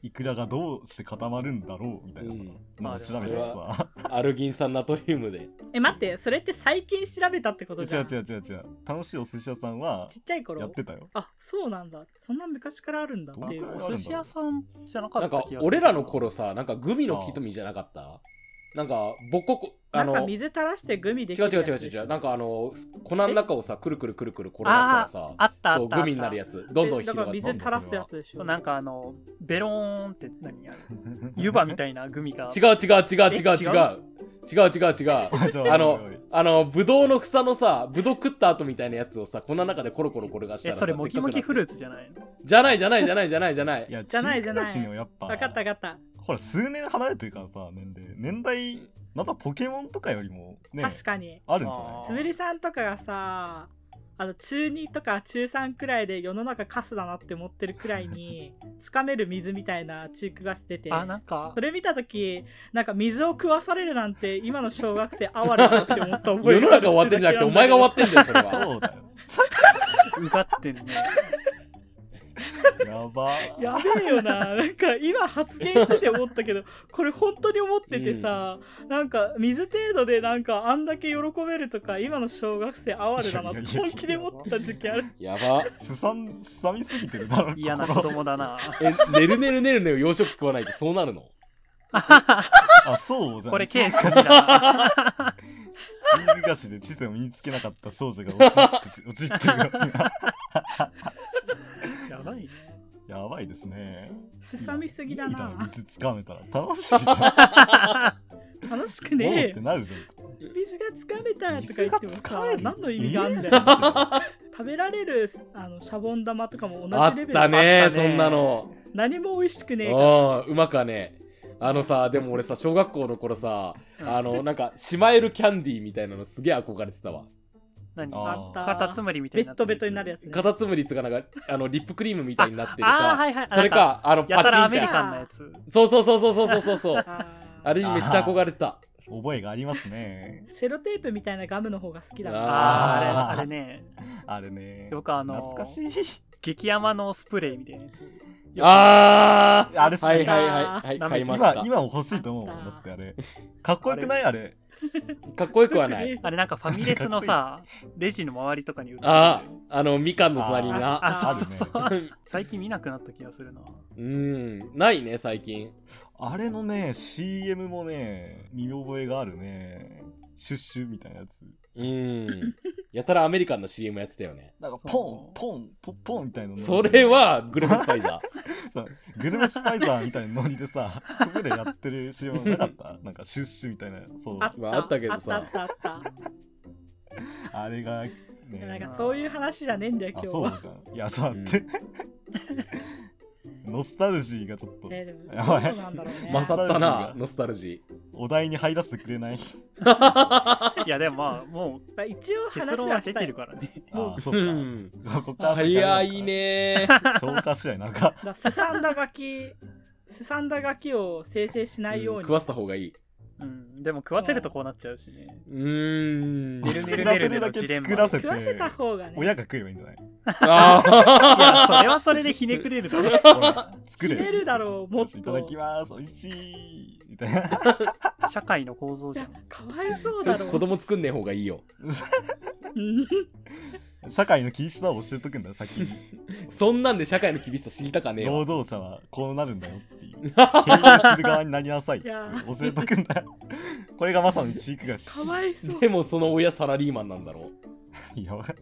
[SPEAKER 4] イクラがどうして固まるんだろうみたいなさ、
[SPEAKER 2] うん
[SPEAKER 4] まあ調べたしさ
[SPEAKER 2] アルギン酸ナトリウムで
[SPEAKER 3] え待ってそれって最近調べたってこ
[SPEAKER 4] 違う
[SPEAKER 3] とじゃん
[SPEAKER 4] 違う違う違う楽しいお寿司屋さんは
[SPEAKER 3] ちっちゃい頃
[SPEAKER 4] やってた よ
[SPEAKER 3] あそうなんだそんな昔からあるんだっていう
[SPEAKER 4] どんくらい
[SPEAKER 1] お寿司屋さんじゃなか
[SPEAKER 2] な
[SPEAKER 1] った
[SPEAKER 2] ん
[SPEAKER 1] 気が
[SPEAKER 2] か
[SPEAKER 1] する
[SPEAKER 2] 俺らの頃さなんかグミの木とみじゃなかったなんかボココあ
[SPEAKER 3] なん
[SPEAKER 2] の
[SPEAKER 3] か
[SPEAKER 2] 違う
[SPEAKER 3] 水垂らしてグミでき
[SPEAKER 2] 違う
[SPEAKER 3] る
[SPEAKER 2] 違う
[SPEAKER 3] やつ
[SPEAKER 2] 違う
[SPEAKER 3] でし
[SPEAKER 2] 違
[SPEAKER 3] ょ
[SPEAKER 2] うなんかあの粉の中をさくるくるくるくる転がしたら
[SPEAKER 1] あ
[SPEAKER 2] さ
[SPEAKER 1] ったあ
[SPEAKER 2] そ
[SPEAKER 1] っ
[SPEAKER 2] う
[SPEAKER 1] たあった
[SPEAKER 2] グミになるやつどんどん
[SPEAKER 3] えだ
[SPEAKER 2] 広
[SPEAKER 3] か
[SPEAKER 2] が
[SPEAKER 3] ら
[SPEAKER 2] って
[SPEAKER 3] 水垂らすやつでしょ
[SPEAKER 1] なんかあのベローンって何や湯葉みたいなグミが
[SPEAKER 2] 違う違う違う違う
[SPEAKER 1] え
[SPEAKER 2] 違
[SPEAKER 1] 違
[SPEAKER 2] う違う違う違う
[SPEAKER 4] おい ち
[SPEAKER 2] あ
[SPEAKER 4] ょおいお
[SPEAKER 2] の
[SPEAKER 4] いおい、
[SPEAKER 2] あの、ぶどうの草のさ、ぶどう食った後みたいなやつをさ、この中でコロコロ転がした
[SPEAKER 1] え
[SPEAKER 2] らさ、
[SPEAKER 1] それモキモキフ
[SPEAKER 2] ル
[SPEAKER 1] ルーツじゃないの
[SPEAKER 2] じゃないじゃないじゃないじゃないじゃない
[SPEAKER 4] い。や
[SPEAKER 3] じゃないじゃない
[SPEAKER 4] チーク菓子にはやっぱ
[SPEAKER 3] 分かった分かった、
[SPEAKER 4] ほら数年離れてるからさ年齢年代またポケモンとかよりもね
[SPEAKER 3] 確かに
[SPEAKER 4] あるんじゃない
[SPEAKER 1] あー
[SPEAKER 3] つむりさんとかがさあの中2とか中3くらいで世の中カスだなって思ってるくら いにつかめる水みたいなチークがしてて
[SPEAKER 1] あなんか
[SPEAKER 3] それ見た時なんか水を食わされるなんて今の小学生哀れだなって思った覚
[SPEAKER 2] 世
[SPEAKER 3] え
[SPEAKER 2] の
[SPEAKER 3] がある
[SPEAKER 2] 中終わってんじゃなくてお前が終わってんだよそれは
[SPEAKER 4] そうだよ。
[SPEAKER 1] うがってんね
[SPEAKER 4] やば。
[SPEAKER 3] やべえよな。なんか今発言してて思ったけど、これ本当に思っててさ、なんか水程度でなんかあんだけ喜べるとか、今の小学生哀れだなって本気で思った時期ある。
[SPEAKER 2] やば
[SPEAKER 4] すさん、すさみすぎてるだろ。
[SPEAKER 1] 嫌な子
[SPEAKER 4] 心
[SPEAKER 1] 供だな
[SPEAKER 2] えねるねるねるねを洋食食わないとそうなるの
[SPEAKER 4] あ、そうじゃん。
[SPEAKER 1] これケー
[SPEAKER 4] ー
[SPEAKER 1] スかしら
[SPEAKER 4] ス。菓子で知性を身につけなかった少女が陥ってし、陥ってるよ。
[SPEAKER 1] やばいね
[SPEAKER 4] やばいですね。
[SPEAKER 3] すさみすぎだ
[SPEAKER 4] いいろ
[SPEAKER 3] な。
[SPEAKER 4] 水つかめたら楽しいじゃん。
[SPEAKER 3] 楽しく
[SPEAKER 4] おーっ
[SPEAKER 3] ね
[SPEAKER 4] てなるじゃん。
[SPEAKER 3] え。水がつかめたとか言っても
[SPEAKER 4] 水がつか
[SPEAKER 3] さ
[SPEAKER 4] め、る
[SPEAKER 3] 何の意味があんだよ。食べられるあのシャボン玉とかも
[SPEAKER 2] あ
[SPEAKER 3] 同
[SPEAKER 2] っ
[SPEAKER 3] じレベル
[SPEAKER 2] たね
[SPEAKER 1] あったね
[SPEAKER 2] そんなの
[SPEAKER 3] 何も美味しくねえから。
[SPEAKER 2] うんうまかねあのさでも俺さ小学校の頃さ
[SPEAKER 1] うん
[SPEAKER 2] あのなんかシマエルキャンディーみたいなのすげえ憧れてたわ
[SPEAKER 1] 何
[SPEAKER 4] あ
[SPEAKER 1] か
[SPEAKER 4] ー
[SPEAKER 1] カタツムリみたい
[SPEAKER 3] ベ
[SPEAKER 1] にな
[SPEAKER 3] ッ
[SPEAKER 1] って
[SPEAKER 3] ド
[SPEAKER 1] る
[SPEAKER 3] ベトになるやつね。
[SPEAKER 2] カタツムリつかなんかあのリップクリームみたいになってる
[SPEAKER 1] ああ
[SPEAKER 2] か
[SPEAKER 1] はいはい
[SPEAKER 2] それかあの
[SPEAKER 1] やたら
[SPEAKER 2] パ
[SPEAKER 1] ア
[SPEAKER 2] チ
[SPEAKER 1] メ
[SPEAKER 2] ン
[SPEAKER 1] リ
[SPEAKER 2] しか
[SPEAKER 1] カンなやつ
[SPEAKER 2] そうそうそうそうそうそうそうそう
[SPEAKER 3] あー
[SPEAKER 2] あれにめっちゃ憧れてた
[SPEAKER 4] 覚えがありますね。
[SPEAKER 3] セロテープみたいなガムの方が好きだな。
[SPEAKER 1] あああれ
[SPEAKER 4] あー
[SPEAKER 1] あれね
[SPEAKER 4] あれね。
[SPEAKER 1] 僕あの
[SPEAKER 4] 懐かしい。
[SPEAKER 1] 激甘のスプレーみたいなやつ
[SPEAKER 2] あー
[SPEAKER 4] あれ好き
[SPEAKER 2] はいはいはいは
[SPEAKER 1] 舐め
[SPEAKER 2] い
[SPEAKER 1] て
[SPEAKER 2] 買いました
[SPEAKER 4] 今、今も欲しいと思うもん。だってあれ。かっこよくないあれ。
[SPEAKER 2] かっこよくはない
[SPEAKER 1] あれなんかファミレスのさレジの周りとかに売ってる
[SPEAKER 2] あああのみかんの隣に
[SPEAKER 1] あ
[SPEAKER 2] な
[SPEAKER 1] そうそうそう
[SPEAKER 4] あ
[SPEAKER 1] 最近見なくなった気がするな
[SPEAKER 2] うんないね最近
[SPEAKER 4] あれのね、CM もね、見覚えがあるね。シュッシュみたいなやつ。
[SPEAKER 2] うんやたらアメリカンな CM やってたよね
[SPEAKER 4] なんか
[SPEAKER 1] そう
[SPEAKER 4] ポン、ポン、ポン、ポンみたいなの。
[SPEAKER 2] それはグルメスパイザー
[SPEAKER 4] さグルメスパイザーみたいなノリでさ、 そこでやってる CM なかったなんかシュッシュみたいな。そう。
[SPEAKER 3] あっ
[SPEAKER 4] あ
[SPEAKER 2] まあ
[SPEAKER 3] た
[SPEAKER 2] あったけどさ
[SPEAKER 3] あったあったあっ
[SPEAKER 4] れがね。
[SPEAKER 3] たなんかそういう話じゃねえんだよ今
[SPEAKER 4] あ、
[SPEAKER 3] 日
[SPEAKER 4] そう
[SPEAKER 3] は。
[SPEAKER 4] じゃん。いや、そうだって。ノスタルジーがちょっと、
[SPEAKER 3] ねでも
[SPEAKER 4] やばい
[SPEAKER 3] どうなんだろうね。
[SPEAKER 2] 勝ったなノスタルジ
[SPEAKER 4] お題に入らせてくれない。
[SPEAKER 1] いやでもまあもう
[SPEAKER 3] まあ一応
[SPEAKER 1] 結論
[SPEAKER 3] 話
[SPEAKER 1] は
[SPEAKER 3] は
[SPEAKER 1] 出
[SPEAKER 3] した
[SPEAKER 1] て
[SPEAKER 3] い
[SPEAKER 1] る。からね
[SPEAKER 4] ああ、そう
[SPEAKER 2] ーう
[SPEAKER 4] か。
[SPEAKER 2] ん
[SPEAKER 4] ここから
[SPEAKER 2] 早い。ね
[SPEAKER 4] 消化試合な んか。
[SPEAKER 3] だからすさんだガキ、すさんだガキを生成しないよう
[SPEAKER 2] うん
[SPEAKER 3] に。
[SPEAKER 2] 食わせた方がいい
[SPEAKER 1] うんでも食わせるとこうなっちゃうしね
[SPEAKER 2] うーん
[SPEAKER 1] ねるね
[SPEAKER 4] 作
[SPEAKER 1] る
[SPEAKER 4] ら
[SPEAKER 1] ね
[SPEAKER 4] せ
[SPEAKER 1] る
[SPEAKER 4] る
[SPEAKER 1] ね
[SPEAKER 4] だ
[SPEAKER 1] の
[SPEAKER 4] け
[SPEAKER 1] ジレンマ
[SPEAKER 4] 作らせて
[SPEAKER 3] 食わせた方がね。
[SPEAKER 4] 親が食えばいいんじゃない
[SPEAKER 2] あ
[SPEAKER 1] いやそれはそれでひねくれるだろ
[SPEAKER 4] ほら作れ
[SPEAKER 3] 食えるだろうもっと
[SPEAKER 4] いただきます美味しいみたいな
[SPEAKER 1] 社会の構造
[SPEAKER 3] い
[SPEAKER 1] じゃ
[SPEAKER 3] や
[SPEAKER 1] ん
[SPEAKER 3] かわいそう
[SPEAKER 2] そ
[SPEAKER 3] だ
[SPEAKER 2] いつ
[SPEAKER 3] ろ
[SPEAKER 2] 子
[SPEAKER 3] う。
[SPEAKER 2] 供作んねえ方がいいよ
[SPEAKER 3] うん
[SPEAKER 4] 社会の厳しさを教えとくんだよ先に
[SPEAKER 2] そんなんで社会の厳しさ知りたかねえ
[SPEAKER 4] 労
[SPEAKER 2] わ
[SPEAKER 4] 働者はこうなるんだよってい う経営する側になりなさいっ
[SPEAKER 3] い
[SPEAKER 4] て
[SPEAKER 3] や
[SPEAKER 4] 教えとくんだよこれがまさにチークがし
[SPEAKER 3] かわいそう。
[SPEAKER 2] でもその親サラリーマンなんだろ
[SPEAKER 4] いやわか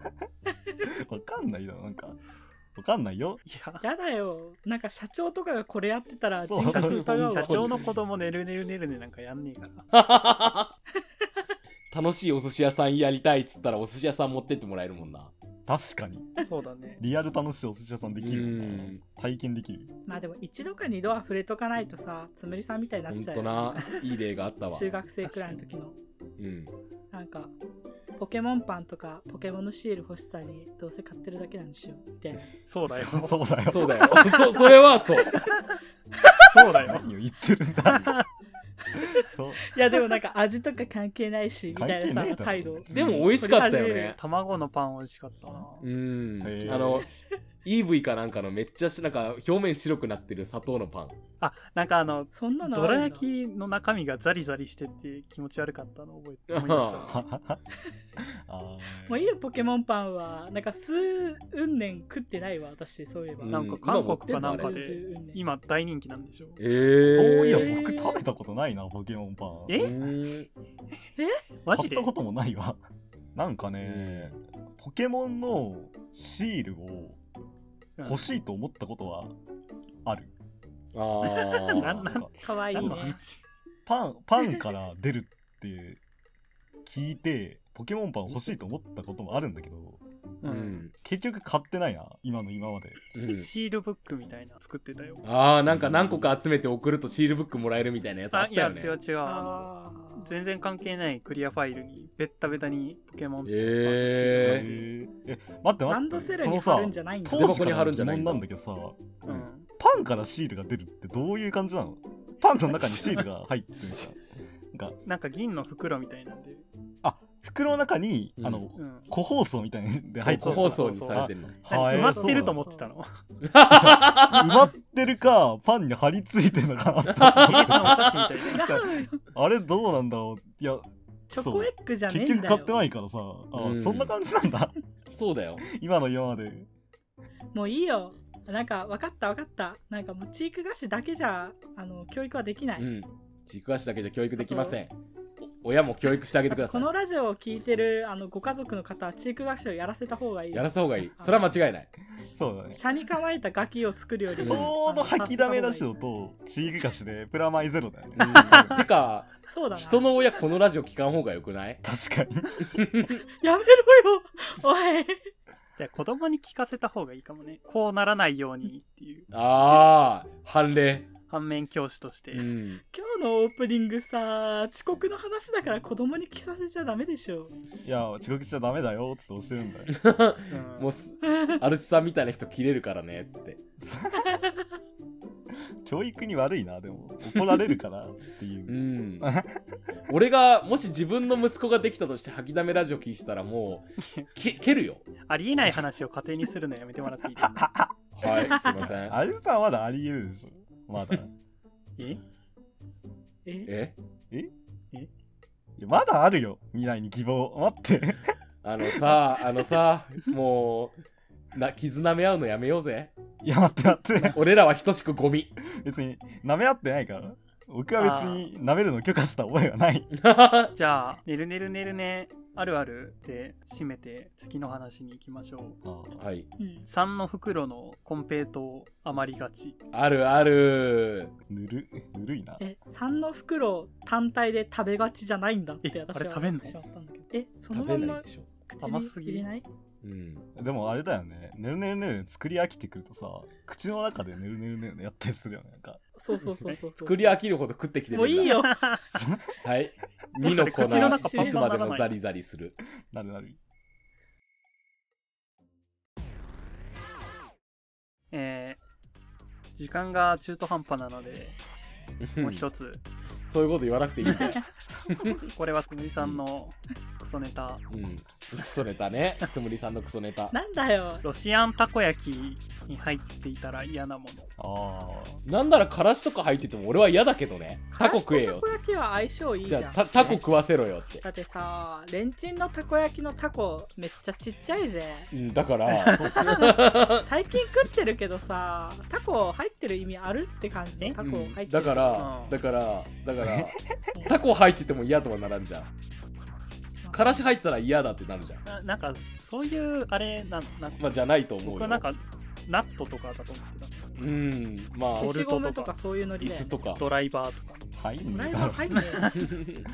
[SPEAKER 4] わかんないだろなんかわかんないよ
[SPEAKER 1] いや
[SPEAKER 3] やだよ。なんか社長とかがこれやってたら
[SPEAKER 4] そう
[SPEAKER 3] 人格疑う
[SPEAKER 1] 社
[SPEAKER 3] わ。
[SPEAKER 1] 長の子供ねるねるねるねなんかやんねえから
[SPEAKER 2] う楽しいお寿司屋さんやりたいっつったらお寿司屋さん持ってってもらえるもんな
[SPEAKER 4] 確かに
[SPEAKER 1] そうだね。
[SPEAKER 4] リアル楽しいお寿司屋さんできるよ
[SPEAKER 2] う
[SPEAKER 4] ね
[SPEAKER 2] ん
[SPEAKER 4] 体験できる
[SPEAKER 3] まあでも一度か二度は触れとかないとさ、つむりさんみたいにな
[SPEAKER 2] ほ
[SPEAKER 3] っ
[SPEAKER 2] ん
[SPEAKER 3] ちゃう
[SPEAKER 2] とな
[SPEAKER 3] よ。
[SPEAKER 2] いい例があったわ
[SPEAKER 3] 中学生くらいの時の。
[SPEAKER 2] うん
[SPEAKER 3] なんか、ポケモンパンとかポケモンのシール欲しさにどうせ買ってるだけなんでしょみたいな。
[SPEAKER 1] そうだよ。そ
[SPEAKER 4] そうだよ
[SPEAKER 2] そうだよ そそれは そう
[SPEAKER 1] うだよ。
[SPEAKER 4] 何を言ってるんだそう
[SPEAKER 3] いやでもなんか味とか関係ないし、みた
[SPEAKER 4] 関係
[SPEAKER 3] いな
[SPEAKER 4] ねえ
[SPEAKER 3] さ、
[SPEAKER 4] だろ
[SPEAKER 3] 態度。
[SPEAKER 2] でも美味 しかったよね
[SPEAKER 1] 卵のパン美味しかったな。
[SPEAKER 2] うん
[SPEAKER 4] へー
[SPEAKER 2] あの EV かなんかのめっちゃしなんか表面白くなってる砂糖のパン
[SPEAKER 1] あ、なんかあの、
[SPEAKER 3] そんなの
[SPEAKER 1] ど
[SPEAKER 3] あるん
[SPEAKER 1] ら
[SPEAKER 3] だ
[SPEAKER 1] 焼きの中身がザリザリしてて気持ち悪かったの覚えて思いました。
[SPEAKER 4] あー
[SPEAKER 3] もういいよ、ポケモンパンは。なんか数運年食ってないわ、私、そういえば。
[SPEAKER 2] う
[SPEAKER 1] なんか韓国かなんか
[SPEAKER 3] 数
[SPEAKER 1] で
[SPEAKER 3] 十運年
[SPEAKER 1] 今大人気なんでしょ
[SPEAKER 2] え
[SPEAKER 4] そういや
[SPEAKER 2] え
[SPEAKER 4] 僕食べたことないなポケモンパン
[SPEAKER 1] えマ
[SPEAKER 4] 買
[SPEAKER 1] ジ
[SPEAKER 4] っ
[SPEAKER 1] で
[SPEAKER 4] たこともな いわなんかねポケモンのシールを欲しいと思ったことはある、
[SPEAKER 2] あー
[SPEAKER 1] なん
[SPEAKER 4] なんか
[SPEAKER 3] かわいい
[SPEAKER 4] そう
[SPEAKER 1] 何の
[SPEAKER 3] ね。
[SPEAKER 1] 話
[SPEAKER 4] パンパンから出るって聞いてポケモンパン欲しいと思ったこともあるんだけど
[SPEAKER 1] う
[SPEAKER 2] うんん
[SPEAKER 4] 結局買ってないな今の今まで
[SPEAKER 2] うん
[SPEAKER 1] シールブックみたいな作ってたよ
[SPEAKER 2] ああなんか何個か集めて送るとシールブックもらえるみたいなやつあ
[SPEAKER 1] あ
[SPEAKER 2] っ
[SPEAKER 1] い
[SPEAKER 2] た
[SPEAKER 1] や
[SPEAKER 2] よ
[SPEAKER 1] 違
[SPEAKER 2] ね
[SPEAKER 1] う違うあの
[SPEAKER 3] あー
[SPEAKER 1] 全然関係ないクリアファイルにベッタベタにポケモン
[SPEAKER 2] え
[SPEAKER 4] へ
[SPEAKER 2] ー
[SPEAKER 4] ーえ待って
[SPEAKER 3] ラ
[SPEAKER 4] 待
[SPEAKER 3] ン
[SPEAKER 4] って
[SPEAKER 3] ドセル
[SPEAKER 4] そ
[SPEAKER 3] に
[SPEAKER 4] の
[SPEAKER 3] 貼
[SPEAKER 4] さ
[SPEAKER 3] るんじゃないんだ
[SPEAKER 2] その
[SPEAKER 4] 当
[SPEAKER 2] さ
[SPEAKER 4] 時か
[SPEAKER 2] 箱に貼
[SPEAKER 4] ら
[SPEAKER 2] るんじゃ
[SPEAKER 4] 疑
[SPEAKER 2] ないん
[SPEAKER 4] 問
[SPEAKER 2] だ
[SPEAKER 4] なんだけどさ
[SPEAKER 1] う
[SPEAKER 2] うん
[SPEAKER 1] ん、
[SPEAKER 4] パンからシールが出るってどういう感じなのパンの中にシールが入ってる じゃんなんか
[SPEAKER 1] なんか銀の袋みたいなんで、
[SPEAKER 4] あ袋の中に、
[SPEAKER 2] うん
[SPEAKER 4] あの
[SPEAKER 1] うん、
[SPEAKER 4] 個包装みたいにで
[SPEAKER 2] は
[SPEAKER 4] 入
[SPEAKER 2] い
[SPEAKER 4] って
[SPEAKER 2] 個
[SPEAKER 4] る
[SPEAKER 2] 包装にされてんの
[SPEAKER 4] は
[SPEAKER 1] 埋
[SPEAKER 4] い
[SPEAKER 1] まってると思ってたの
[SPEAKER 4] 埋まってるかパンに貼り付いてるのかなって
[SPEAKER 1] イギリス のお菓子みたいな
[SPEAKER 3] 違う
[SPEAKER 4] あれどうなんだろういや
[SPEAKER 3] チョコエッグじゃねえ
[SPEAKER 4] 結
[SPEAKER 3] ん
[SPEAKER 4] 局
[SPEAKER 3] だ
[SPEAKER 4] 買って
[SPEAKER 3] よ
[SPEAKER 4] ないからさあ、
[SPEAKER 2] うん
[SPEAKER 4] そんな感じなんだ
[SPEAKER 2] そうだよ
[SPEAKER 4] 今の今まで
[SPEAKER 3] もういいよなんか分かった分かったなんかもうチーク菓子だけじゃあの教育はできない、
[SPEAKER 2] うん軸足だけじゃ教育できませんお親も教育してあげてくださ
[SPEAKER 3] こ
[SPEAKER 2] い
[SPEAKER 3] のラジオを聞いてるあのご家族の方はチーク学習をやらせた方がいい
[SPEAKER 2] やらせた方がいいそれは間違いない
[SPEAKER 4] そうだね
[SPEAKER 3] 車に構えたガキを作るより
[SPEAKER 4] ち
[SPEAKER 3] も
[SPEAKER 4] ょうど吐きだめ出し
[SPEAKER 3] あの
[SPEAKER 4] のとチーク菓子でプラマイゼロだよね
[SPEAKER 2] うんてか
[SPEAKER 3] そうだな
[SPEAKER 2] 人の親このラジオ聞かん方がよくない
[SPEAKER 4] 確かに
[SPEAKER 3] やめろよおい
[SPEAKER 1] で子供に聞かせた方がいいかもねこうならないようにっていう
[SPEAKER 2] ああ判例
[SPEAKER 1] 反面教師として、
[SPEAKER 2] うん
[SPEAKER 3] 今日のオープニングさ遅刻の話だから子供に聞かせちゃダメでしょ
[SPEAKER 4] いや遅刻しちゃダメだよっつって教えるんだよ
[SPEAKER 1] うん
[SPEAKER 2] もうすアルチさんみたいな人切れるからねっつって
[SPEAKER 4] 教育に悪いなでも怒られるからっていうう、
[SPEAKER 2] ん俺がもし自分の息子ができたとして吐きだめラジオ聞いてたらもうけ蹴るよ
[SPEAKER 1] ありえない話を家庭にするのやめてもらっていいです か
[SPEAKER 2] はいすいま せん
[SPEAKER 4] あれさはまだありえるでしょまだい
[SPEAKER 1] え
[SPEAKER 3] え
[SPEAKER 2] え
[SPEAKER 4] やまだあるよ未来に希望待って
[SPEAKER 2] あのさあのさもうな絆舐め合うのやめようぜ
[SPEAKER 4] いや待って待って
[SPEAKER 2] 俺らは等しくゴミ
[SPEAKER 4] 別に舐め合ってないから僕は別に舐めるの許可した覚えはない
[SPEAKER 1] じゃあ「ねるねるねるねあるある」で締めて次の話に行きましょう
[SPEAKER 2] はい
[SPEAKER 3] うん
[SPEAKER 1] 3の袋のコンペイトを余りがち
[SPEAKER 2] あるある
[SPEAKER 4] ぬるぬるいな
[SPEAKER 3] え3の袋単体で食べがちじゃないんだって
[SPEAKER 1] え
[SPEAKER 3] 私
[SPEAKER 1] あ
[SPEAKER 3] は
[SPEAKER 1] れ食べんの
[SPEAKER 3] 思ってしまったんだけどえその
[SPEAKER 2] 食
[SPEAKER 3] ま
[SPEAKER 2] べ
[SPEAKER 3] ん
[SPEAKER 2] ない
[SPEAKER 3] ま
[SPEAKER 2] でしょ
[SPEAKER 3] 口
[SPEAKER 1] 甘す
[SPEAKER 3] に
[SPEAKER 1] ぎ
[SPEAKER 3] 入れない
[SPEAKER 2] うん
[SPEAKER 4] でもあれだよねねるねるねるね作り飽きてくるとさ口の中でねるねるねるねやったりするよねなんか
[SPEAKER 3] そうそうそうそうそう
[SPEAKER 2] 作り飽きるほど食ってきてるん
[SPEAKER 3] も
[SPEAKER 2] だ
[SPEAKER 3] ういいよ
[SPEAKER 2] はい2の粉
[SPEAKER 1] 口の中
[SPEAKER 3] パン
[SPEAKER 2] いつ
[SPEAKER 1] パ
[SPEAKER 2] まで
[SPEAKER 1] ン
[SPEAKER 2] も
[SPEAKER 1] にならない
[SPEAKER 2] ザリザリする
[SPEAKER 4] なるなる
[SPEAKER 1] えー時間が中途半端なのでもう一つ、
[SPEAKER 2] そういうこと言わなくていいんだよ、
[SPEAKER 1] これはつむりさんのクソネタ
[SPEAKER 2] うん、クソネタねつむりさんのクソネタ
[SPEAKER 3] なんだよ
[SPEAKER 1] ロシアンたこ焼きに入っていたら嫌なもの
[SPEAKER 4] あ
[SPEAKER 2] なんならからしとか入ってても俺は嫌だけどねタコ食えよ
[SPEAKER 3] たこ焼きは相性いい
[SPEAKER 2] じ
[SPEAKER 3] じゃん
[SPEAKER 2] ゃあたタコ食わせろよって、
[SPEAKER 3] だってさレンチンのたこ焼きのタコめっちゃちっちゃいぜ
[SPEAKER 2] うん、だから
[SPEAKER 3] 最近食ってるけどさタコ入ってる意味あるって感じ
[SPEAKER 1] え
[SPEAKER 3] ね タ
[SPEAKER 2] う
[SPEAKER 3] コ入っ
[SPEAKER 2] ん
[SPEAKER 3] てる
[SPEAKER 2] だから
[SPEAKER 1] うん
[SPEAKER 2] だからだからタコ入ってても嫌とはならんじゃんからし入ってたら嫌だってなるじゃん
[SPEAKER 1] ななんかそういうあれななんか
[SPEAKER 2] まあじゃないと思うよ
[SPEAKER 1] 僕はなんかナットとかだと思ってた
[SPEAKER 2] うんまあ
[SPEAKER 3] 消
[SPEAKER 1] 俺
[SPEAKER 3] しゴムとかそういうのり
[SPEAKER 2] 椅
[SPEAKER 3] だよ
[SPEAKER 2] 子
[SPEAKER 3] ね
[SPEAKER 2] とか
[SPEAKER 1] ドライバーとか
[SPEAKER 4] あ入ん
[SPEAKER 3] ドライ
[SPEAKER 4] ねえ
[SPEAKER 3] バ
[SPEAKER 4] だ
[SPEAKER 3] ー
[SPEAKER 4] ろ
[SPEAKER 3] 入んねえよ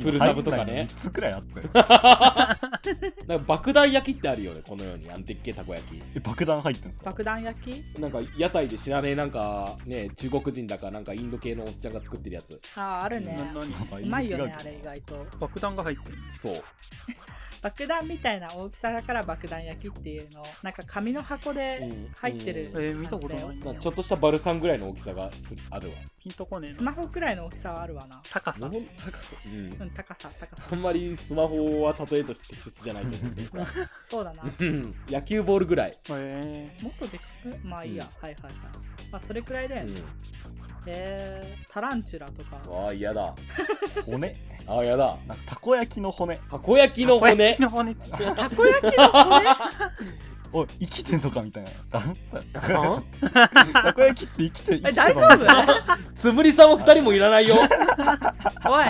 [SPEAKER 2] プルタブとかね
[SPEAKER 4] 3つくらいあったよ
[SPEAKER 2] なんか爆弾焼きってあるよねこのようにあんてっけえたこ焼き
[SPEAKER 4] え爆弾入ってんすか
[SPEAKER 3] 爆弾焼き
[SPEAKER 2] なんか屋台で知らねえなんかね中国人だかなんかインド系のおっちゃんが作ってるやつ
[SPEAKER 3] あああるね
[SPEAKER 1] な何
[SPEAKER 4] まあ
[SPEAKER 3] うまいよ
[SPEAKER 4] 違う
[SPEAKER 3] ね
[SPEAKER 4] け
[SPEAKER 3] あ
[SPEAKER 4] ど
[SPEAKER 3] れ意外と
[SPEAKER 1] 爆弾が入ってる
[SPEAKER 2] そう
[SPEAKER 3] 爆弾みたいな大きさだから爆弾焼きっていうのなんか紙の箱で入ってる
[SPEAKER 2] うん
[SPEAKER 3] 感じだよ、
[SPEAKER 1] えー見たことない
[SPEAKER 2] なんかちょっとしたバルサンぐらいの大きさがするあるわ
[SPEAKER 1] ピンとこねえ
[SPEAKER 3] ス
[SPEAKER 1] な
[SPEAKER 3] マホくらいの大きさはあるわな
[SPEAKER 1] 高
[SPEAKER 2] 日
[SPEAKER 1] さ
[SPEAKER 2] 本高さうん
[SPEAKER 3] うん高さ高さ
[SPEAKER 2] あんまりスマホは例えとして適切じゃないと思うけどさ
[SPEAKER 3] そうだな
[SPEAKER 2] うん野球ボールぐらい、
[SPEAKER 1] え
[SPEAKER 3] もっとでかくまあいいや、
[SPEAKER 2] うん
[SPEAKER 3] はいはいはいまあそれくらいだよね、
[SPEAKER 2] う
[SPEAKER 3] えー、タランチュラとか
[SPEAKER 2] ん、ああ嫌だ
[SPEAKER 4] 骨
[SPEAKER 2] ああ嫌だ
[SPEAKER 4] なんかたこ焼きの骨
[SPEAKER 2] たこ焼き
[SPEAKER 1] ー、
[SPEAKER 2] の
[SPEAKER 1] たこ
[SPEAKER 2] 骨
[SPEAKER 1] 焼きの骨
[SPEAKER 3] たこ焼きの骨
[SPEAKER 4] おい生きてんのかみたいな
[SPEAKER 2] あ
[SPEAKER 4] たこ焼きって生きて生きて
[SPEAKER 3] え
[SPEAKER 4] た
[SPEAKER 3] 大
[SPEAKER 4] の
[SPEAKER 3] 丈夫
[SPEAKER 2] つむりさんは2人もいらないよ、
[SPEAKER 3] おい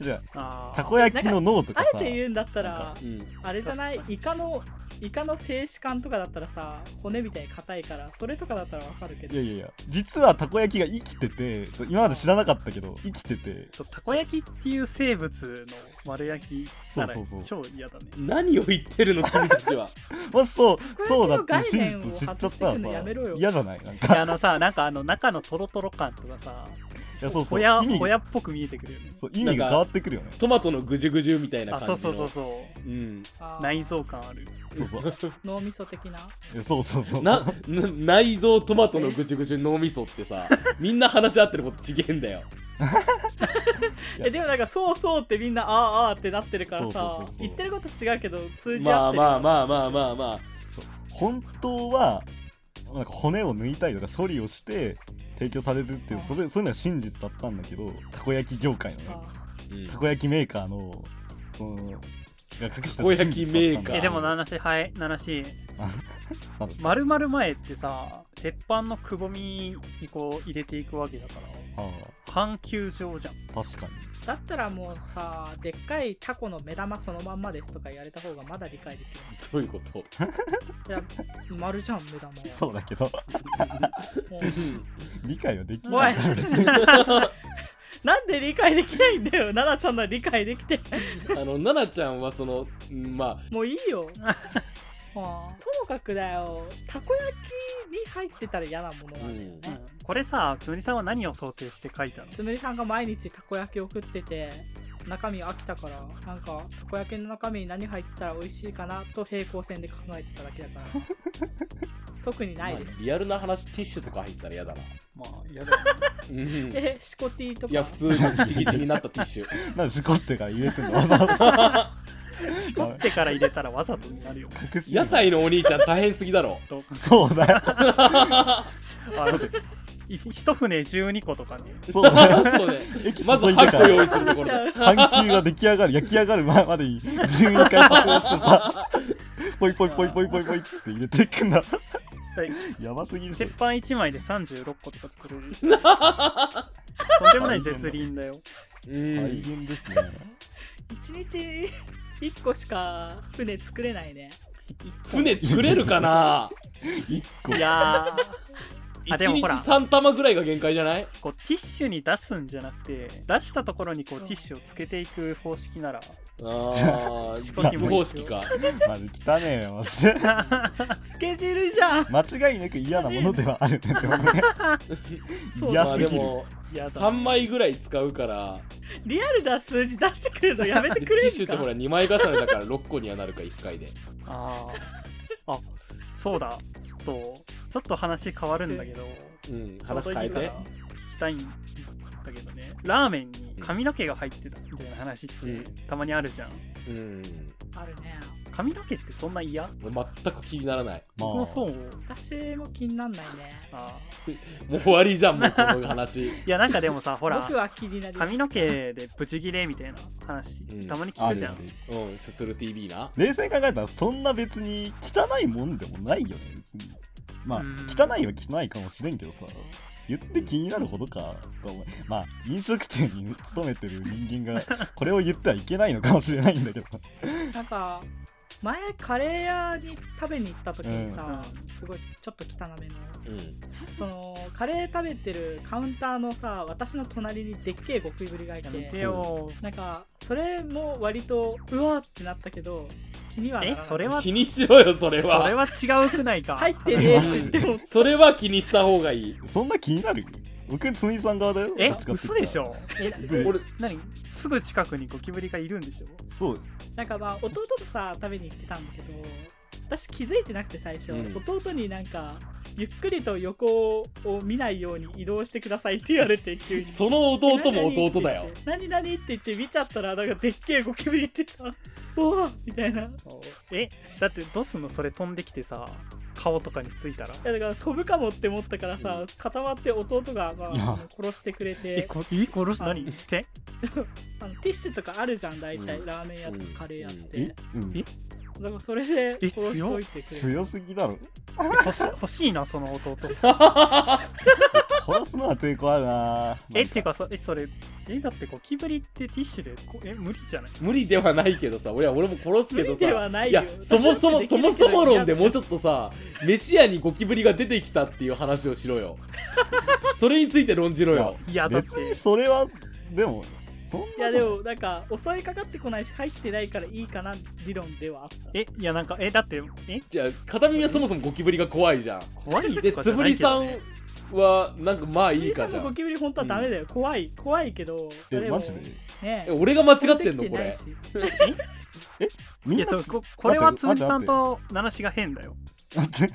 [SPEAKER 4] じゃ
[SPEAKER 1] あ
[SPEAKER 4] あ
[SPEAKER 1] ー
[SPEAKER 4] たこ焼きの脳と
[SPEAKER 3] あ
[SPEAKER 4] か
[SPEAKER 3] え
[SPEAKER 4] さ
[SPEAKER 3] て言うんだった
[SPEAKER 4] な
[SPEAKER 3] ら
[SPEAKER 4] んか
[SPEAKER 2] うん、
[SPEAKER 3] あれじゃないイカのイカの静止感とかだったらさ骨みたいに硬いからそれとかだったらわかるけ
[SPEAKER 4] い
[SPEAKER 3] ど
[SPEAKER 4] やいやいや実はたこ焼きが生きててそう今まで知らなかったけど生きてて
[SPEAKER 1] そうたこ焼きっていう生物の丸焼きなら
[SPEAKER 4] そうそう
[SPEAKER 1] 超嫌だね
[SPEAKER 2] 何を言ってるの君たちは
[SPEAKER 4] もしそう
[SPEAKER 3] こ
[SPEAKER 4] そうだ
[SPEAKER 3] れの
[SPEAKER 4] っていう
[SPEAKER 3] 概
[SPEAKER 4] 真
[SPEAKER 3] 念を
[SPEAKER 4] 実を知っちゃっ
[SPEAKER 3] 外して
[SPEAKER 4] た
[SPEAKER 3] く
[SPEAKER 4] ら
[SPEAKER 3] のやめろ
[SPEAKER 4] さ
[SPEAKER 3] よ
[SPEAKER 4] 嫌じゃないなん
[SPEAKER 1] いや
[SPEAKER 4] か
[SPEAKER 1] あのさなんかあの中のトロトロ感とかさ
[SPEAKER 4] いやそうそ
[SPEAKER 1] ほ
[SPEAKER 4] う
[SPEAKER 1] や
[SPEAKER 4] 意味
[SPEAKER 1] ほやっぽく見えてくるよね
[SPEAKER 4] そう意味が変わってくるよね
[SPEAKER 2] トマトのぐじゅぐじゅみたいな
[SPEAKER 1] あ
[SPEAKER 2] 感じ
[SPEAKER 1] そ
[SPEAKER 2] の
[SPEAKER 1] うそうそうそう
[SPEAKER 2] うん
[SPEAKER 3] あー
[SPEAKER 1] 内臓感ある
[SPEAKER 4] そうそう
[SPEAKER 3] 脳みそ的な
[SPEAKER 4] えそうそうそう
[SPEAKER 2] なな内臓トマトのぐちゅぐちゅ脳みそってさみんな話し合ってることちげえんだよ
[SPEAKER 4] いや
[SPEAKER 3] えでもなんかそうそうってみんなあーあーってなってるから
[SPEAKER 4] そうそ
[SPEAKER 3] さ
[SPEAKER 4] うそうそう
[SPEAKER 3] 言ってること違うけど通じ
[SPEAKER 2] ま
[SPEAKER 3] 合
[SPEAKER 2] あ
[SPEAKER 3] ってる
[SPEAKER 2] まあまあまあまあまあ
[SPEAKER 4] そう本当はなんか骨を抜いたりとか処理をして提供されるっていうそれそういうのが真実だったんだけどたこ焼き業界のね
[SPEAKER 3] あ
[SPEAKER 2] うん
[SPEAKER 4] たこ焼きメーカーのそのが隠してた
[SPEAKER 2] たこ焼きメー
[SPEAKER 1] え
[SPEAKER 2] カー
[SPEAKER 4] 真実だったんだ
[SPEAKER 1] でも話はい話
[SPEAKER 4] なんですか
[SPEAKER 1] まるまる前ってさ鉄板のくぼみにこう入れていくわけだから
[SPEAKER 4] あ
[SPEAKER 1] 半球状じゃん
[SPEAKER 4] あ確かに
[SPEAKER 3] だったらもうさでっかいタコの目玉そのまんまですとか言われた方がまだ理解できる
[SPEAKER 2] どういうこと
[SPEAKER 3] いや丸じゃん目玉は
[SPEAKER 4] そうだけど
[SPEAKER 3] もう
[SPEAKER 4] 理解はでき
[SPEAKER 3] お
[SPEAKER 4] ない
[SPEAKER 3] いなんで理解できないんだよ奈々ちゃんなら理解できて
[SPEAKER 2] あの奈々ちゃんはそのうんま
[SPEAKER 3] もういい よはあともかくだよたこ焼きに入ってたら嫌なものなんだよね、
[SPEAKER 1] うんこれさつむりさんは何を想定して書いたの
[SPEAKER 3] つむりさんが毎日たこ焼きを食ってて中身飽きたからなんかたこ焼きの中身に何入ったら美味しいかなと平行線で考えてただけだか ら特に
[SPEAKER 2] あ
[SPEAKER 3] ないです、
[SPEAKER 2] まあリアルな話ティッシュとか入ったら嫌だな、
[SPEAKER 1] まあ嫌だ よね
[SPEAKER 2] うん
[SPEAKER 3] えシコティとか
[SPEAKER 2] いや普通のギチギチになったティッ シュ
[SPEAKER 4] なんでしこってから入れてんのわざわざ
[SPEAKER 1] 絞ってから入れたらわざとにな るよ
[SPEAKER 4] 隠してんの
[SPEAKER 2] 屋台のお兄ちゃん大変すぎだろ
[SPEAKER 1] と
[SPEAKER 4] そうだよ
[SPEAKER 1] あのい一船12個とかね
[SPEAKER 4] そう
[SPEAKER 2] そ
[SPEAKER 4] だよ
[SPEAKER 2] うね
[SPEAKER 4] 駅注
[SPEAKER 2] まず
[SPEAKER 4] いで
[SPEAKER 2] 8
[SPEAKER 4] か
[SPEAKER 2] 個用
[SPEAKER 4] ら
[SPEAKER 2] 意するところだ
[SPEAKER 4] 半球が出来上がる焼き上がる前までに12回加工してさポイポイポイポイポイポイっつって入れていくんだ
[SPEAKER 1] はい
[SPEAKER 4] やばすぎるし
[SPEAKER 1] 鉄板1枚で36個とか作れる じゃんとんでもない絶倫だよ
[SPEAKER 2] う
[SPEAKER 4] 大
[SPEAKER 2] ん
[SPEAKER 4] 変ですね
[SPEAKER 3] 一日1個しか船作れないね
[SPEAKER 2] 船作れるかな
[SPEAKER 4] 1個
[SPEAKER 1] いやー
[SPEAKER 2] 1
[SPEAKER 1] あでも
[SPEAKER 2] 日
[SPEAKER 1] ほら
[SPEAKER 2] 3玉ぐらいが限界じゃない
[SPEAKER 1] こうティッシュに出すんじゃなくて出したところにこうティッシュをつけていく方式なら
[SPEAKER 2] ああ、
[SPEAKER 1] 仕
[SPEAKER 4] 込み
[SPEAKER 2] 不
[SPEAKER 4] も
[SPEAKER 1] いいで
[SPEAKER 2] 方
[SPEAKER 1] すよ
[SPEAKER 2] 式か。
[SPEAKER 4] マジ汚ねえよマジで
[SPEAKER 3] スケジュールじゃん
[SPEAKER 4] 間違いなく嫌なものではあるねでもね
[SPEAKER 3] そう
[SPEAKER 4] 嫌
[SPEAKER 2] まあ
[SPEAKER 4] す
[SPEAKER 2] で
[SPEAKER 4] ぎる
[SPEAKER 2] も、
[SPEAKER 1] やだ
[SPEAKER 2] 3枚ぐらい使うから、
[SPEAKER 3] リアルな数字出してくるのやめて
[SPEAKER 2] で
[SPEAKER 3] く
[SPEAKER 2] ティ
[SPEAKER 3] れ
[SPEAKER 2] ッシュ
[SPEAKER 3] る
[SPEAKER 2] ってほ
[SPEAKER 3] から
[SPEAKER 2] 2枚重ねだから6個にはなるか1回で。
[SPEAKER 1] あーあそうだちょっとちょっと話変わるんだけど
[SPEAKER 2] うん、
[SPEAKER 1] ちょう
[SPEAKER 2] 話
[SPEAKER 1] ど
[SPEAKER 2] 変
[SPEAKER 1] い
[SPEAKER 2] え
[SPEAKER 1] いか
[SPEAKER 2] て
[SPEAKER 1] ら。聞きたいんだけどねラーメンに髪の毛が入ってたみたいな話って
[SPEAKER 2] うん
[SPEAKER 1] たまにあるじゃん
[SPEAKER 2] うん、
[SPEAKER 3] あるね
[SPEAKER 1] 髪の毛ってそんな嫌
[SPEAKER 2] 俺全く気にならない。
[SPEAKER 4] まあ
[SPEAKER 1] 僕もそう
[SPEAKER 3] 私も気になんないね
[SPEAKER 1] あ
[SPEAKER 2] もう終わりじゃん、もうこの話。
[SPEAKER 1] ーいやなんかでもさほら
[SPEAKER 3] 僕は気になります
[SPEAKER 1] 髪の毛でブチギレみたいな話
[SPEAKER 2] うん
[SPEAKER 1] たまに聞
[SPEAKER 4] あ
[SPEAKER 1] く
[SPEAKER 4] る
[SPEAKER 1] じゃ
[SPEAKER 4] よ
[SPEAKER 1] ん
[SPEAKER 4] ね
[SPEAKER 2] うん、すする TV な。
[SPEAKER 4] 冷静に考えたらそんな別に汚いもんでもないよね別にまあ
[SPEAKER 1] うん
[SPEAKER 4] 汚いは汚いかもしれんけどさ言って気になるほどかと思うまあ飲食店に勤めてる人間がこれを言ってはいけないのかもしれないんだけど
[SPEAKER 3] なんか前カレー屋に食べに行った時にさ、
[SPEAKER 1] う
[SPEAKER 3] すごいちょっと汚めの
[SPEAKER 2] うん。
[SPEAKER 3] そのカレー食べてるカウンターのさ私の隣にでっけえゴキブリがい
[SPEAKER 1] やめて
[SPEAKER 3] て
[SPEAKER 1] よ
[SPEAKER 3] なんかそれも割とうわーってなったけど気にはなら
[SPEAKER 1] え
[SPEAKER 3] ない
[SPEAKER 1] それは
[SPEAKER 2] 気にしろよ、それ
[SPEAKER 1] そ
[SPEAKER 2] は。
[SPEAKER 1] れは違うくないか
[SPEAKER 3] 入ってねえしって思って
[SPEAKER 2] それは気にした方がいい。
[SPEAKER 4] そんな気になる僕つむぎさん側だよ
[SPEAKER 1] え
[SPEAKER 4] どっちかって
[SPEAKER 1] 嘘
[SPEAKER 4] 言ったら
[SPEAKER 1] でしょえ
[SPEAKER 4] で
[SPEAKER 2] 俺、
[SPEAKER 1] 何すぐ近くにゴキブリがいるんでしょ
[SPEAKER 4] そう
[SPEAKER 3] なんかまあ弟とさ食べに行ってたんだけど私気づいてなくて最初、
[SPEAKER 2] うん
[SPEAKER 3] 弟になんかゆっくりと横を見ないように移動してくださいって言われて急に
[SPEAKER 2] その弟も弟だよ。
[SPEAKER 3] 何々って言って見ちゃったらなんかでっけえゴキブリってさうわみたいない
[SPEAKER 1] えだってどうすんのそれ飛んできてさ顔とかについたら
[SPEAKER 3] やだから飛ぶかもって思ったからさ、
[SPEAKER 2] うん
[SPEAKER 3] 固まって弟が、ま
[SPEAKER 4] いや
[SPEAKER 3] あ、殺してくれ
[SPEAKER 1] え
[SPEAKER 3] て
[SPEAKER 1] こえ殺す
[SPEAKER 3] あの
[SPEAKER 1] 何手
[SPEAKER 3] あのティッシュとかあるじゃん大体、
[SPEAKER 2] うん
[SPEAKER 3] ラーメン屋とかカレー屋って、
[SPEAKER 4] え、うん
[SPEAKER 1] え、
[SPEAKER 3] だからそれで
[SPEAKER 1] え
[SPEAKER 3] 殺しておいてくれる
[SPEAKER 4] 強すぎだろ
[SPEAKER 1] 欲し欲しいなその弟
[SPEAKER 2] は
[SPEAKER 4] 殺すのは抵抗あるななん
[SPEAKER 1] えっていうかそえそれえだってゴキブリってティッシュでこえ無理じゃない
[SPEAKER 2] 無理ではないけどさ俺は俺も殺すけど
[SPEAKER 3] 無理
[SPEAKER 2] さ
[SPEAKER 3] ではない
[SPEAKER 2] い
[SPEAKER 3] よ
[SPEAKER 2] やそもそもそもそも論でもうち
[SPEAKER 3] ょっ
[SPEAKER 2] ょっとさメシアにゴキブリが出てきたっていう話をしろ よそれについて論じろよ
[SPEAKER 1] いやだっ
[SPEAKER 4] 別に
[SPEAKER 1] て
[SPEAKER 4] それはでもそん
[SPEAKER 3] い
[SPEAKER 4] な
[SPEAKER 3] や
[SPEAKER 4] じゃ
[SPEAKER 3] で
[SPEAKER 4] ん
[SPEAKER 3] もなんか襲いかかってこないし入ってないからいいかな理論ではあった
[SPEAKER 1] えいやなんかえだってえ
[SPEAKER 2] じゃあ片耳はそもそもゴキブリが怖いじゃん
[SPEAKER 1] 怖い
[SPEAKER 2] で
[SPEAKER 1] とかじ
[SPEAKER 2] つ
[SPEAKER 1] ゃ
[SPEAKER 2] ぶ
[SPEAKER 1] な
[SPEAKER 2] り
[SPEAKER 1] いけど
[SPEAKER 2] さんはなんかまあいいかじゃ
[SPEAKER 3] ゴキブリさんも
[SPEAKER 2] ん
[SPEAKER 3] ゴキブリ本当はダメだよ、怖い怖いけどあ
[SPEAKER 4] え
[SPEAKER 3] れも
[SPEAKER 4] マジで
[SPEAKER 3] ね
[SPEAKER 2] え俺が間違ってん
[SPEAKER 3] 持
[SPEAKER 2] の
[SPEAKER 3] き
[SPEAKER 2] こ
[SPEAKER 3] ない
[SPEAKER 2] れ
[SPEAKER 3] し
[SPEAKER 4] み
[SPEAKER 1] い
[SPEAKER 4] ん
[SPEAKER 1] や
[SPEAKER 4] な
[SPEAKER 1] そう
[SPEAKER 4] 待
[SPEAKER 1] ここれはつぶりさん
[SPEAKER 4] 待っ
[SPEAKER 1] とナナシが変だよ
[SPEAKER 4] って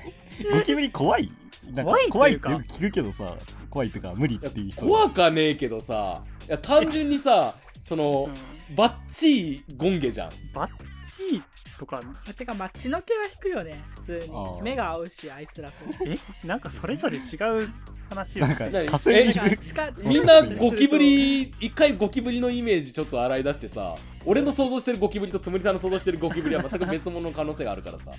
[SPEAKER 4] ゴキブリ怖いなんか怖
[SPEAKER 1] 怖
[SPEAKER 4] い
[SPEAKER 1] い
[SPEAKER 4] っ
[SPEAKER 1] ってて
[SPEAKER 4] よ
[SPEAKER 1] いうか
[SPEAKER 4] く聞くけどさ怖いっていうか無理っていう人
[SPEAKER 2] 怖かねえけどさいや単純にさその
[SPEAKER 1] うん
[SPEAKER 2] バッチリゴンゲじゃん
[SPEAKER 1] バッチリとか
[SPEAKER 3] あてかまあ血の毛は引くよね普通
[SPEAKER 4] あー
[SPEAKER 3] に目が合うしあいつら と
[SPEAKER 1] えなんかそれぞれ違う話を
[SPEAKER 4] なん
[SPEAKER 1] して
[SPEAKER 4] か
[SPEAKER 1] る
[SPEAKER 2] 何
[SPEAKER 4] 火星にい
[SPEAKER 3] なん
[SPEAKER 4] る
[SPEAKER 3] か近
[SPEAKER 2] みんな
[SPEAKER 3] 近くに来ると
[SPEAKER 2] ゴキブリ一回ゴキブリのイメージちょっと洗い出してさ俺の想像してるゴキブリとつむりさんの想像してるゴキブリは全く別物の可能性があるからさ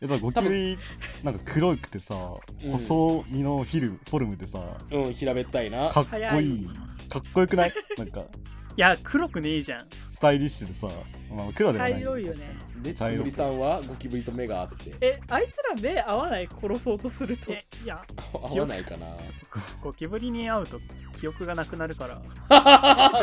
[SPEAKER 4] えだからゴキブリなんか黒くてさ、
[SPEAKER 2] うん
[SPEAKER 4] 細身のフィルフォルムでさ
[SPEAKER 2] うん平べったいな
[SPEAKER 4] かっこ
[SPEAKER 3] 早
[SPEAKER 4] い
[SPEAKER 3] い
[SPEAKER 4] いかっこよくないなんか
[SPEAKER 1] いや黒くねえじゃん
[SPEAKER 4] スタイリッシュでさ、まあ、黒では
[SPEAKER 3] 茶
[SPEAKER 4] ない
[SPEAKER 3] 色いよ ね
[SPEAKER 2] でつむりさんはゴキブリと目があって
[SPEAKER 3] えあいつら目合わない殺そうとすると
[SPEAKER 1] えいや
[SPEAKER 2] あ合わないかな
[SPEAKER 1] ゴゴキブリに会うと記憶がなくなるから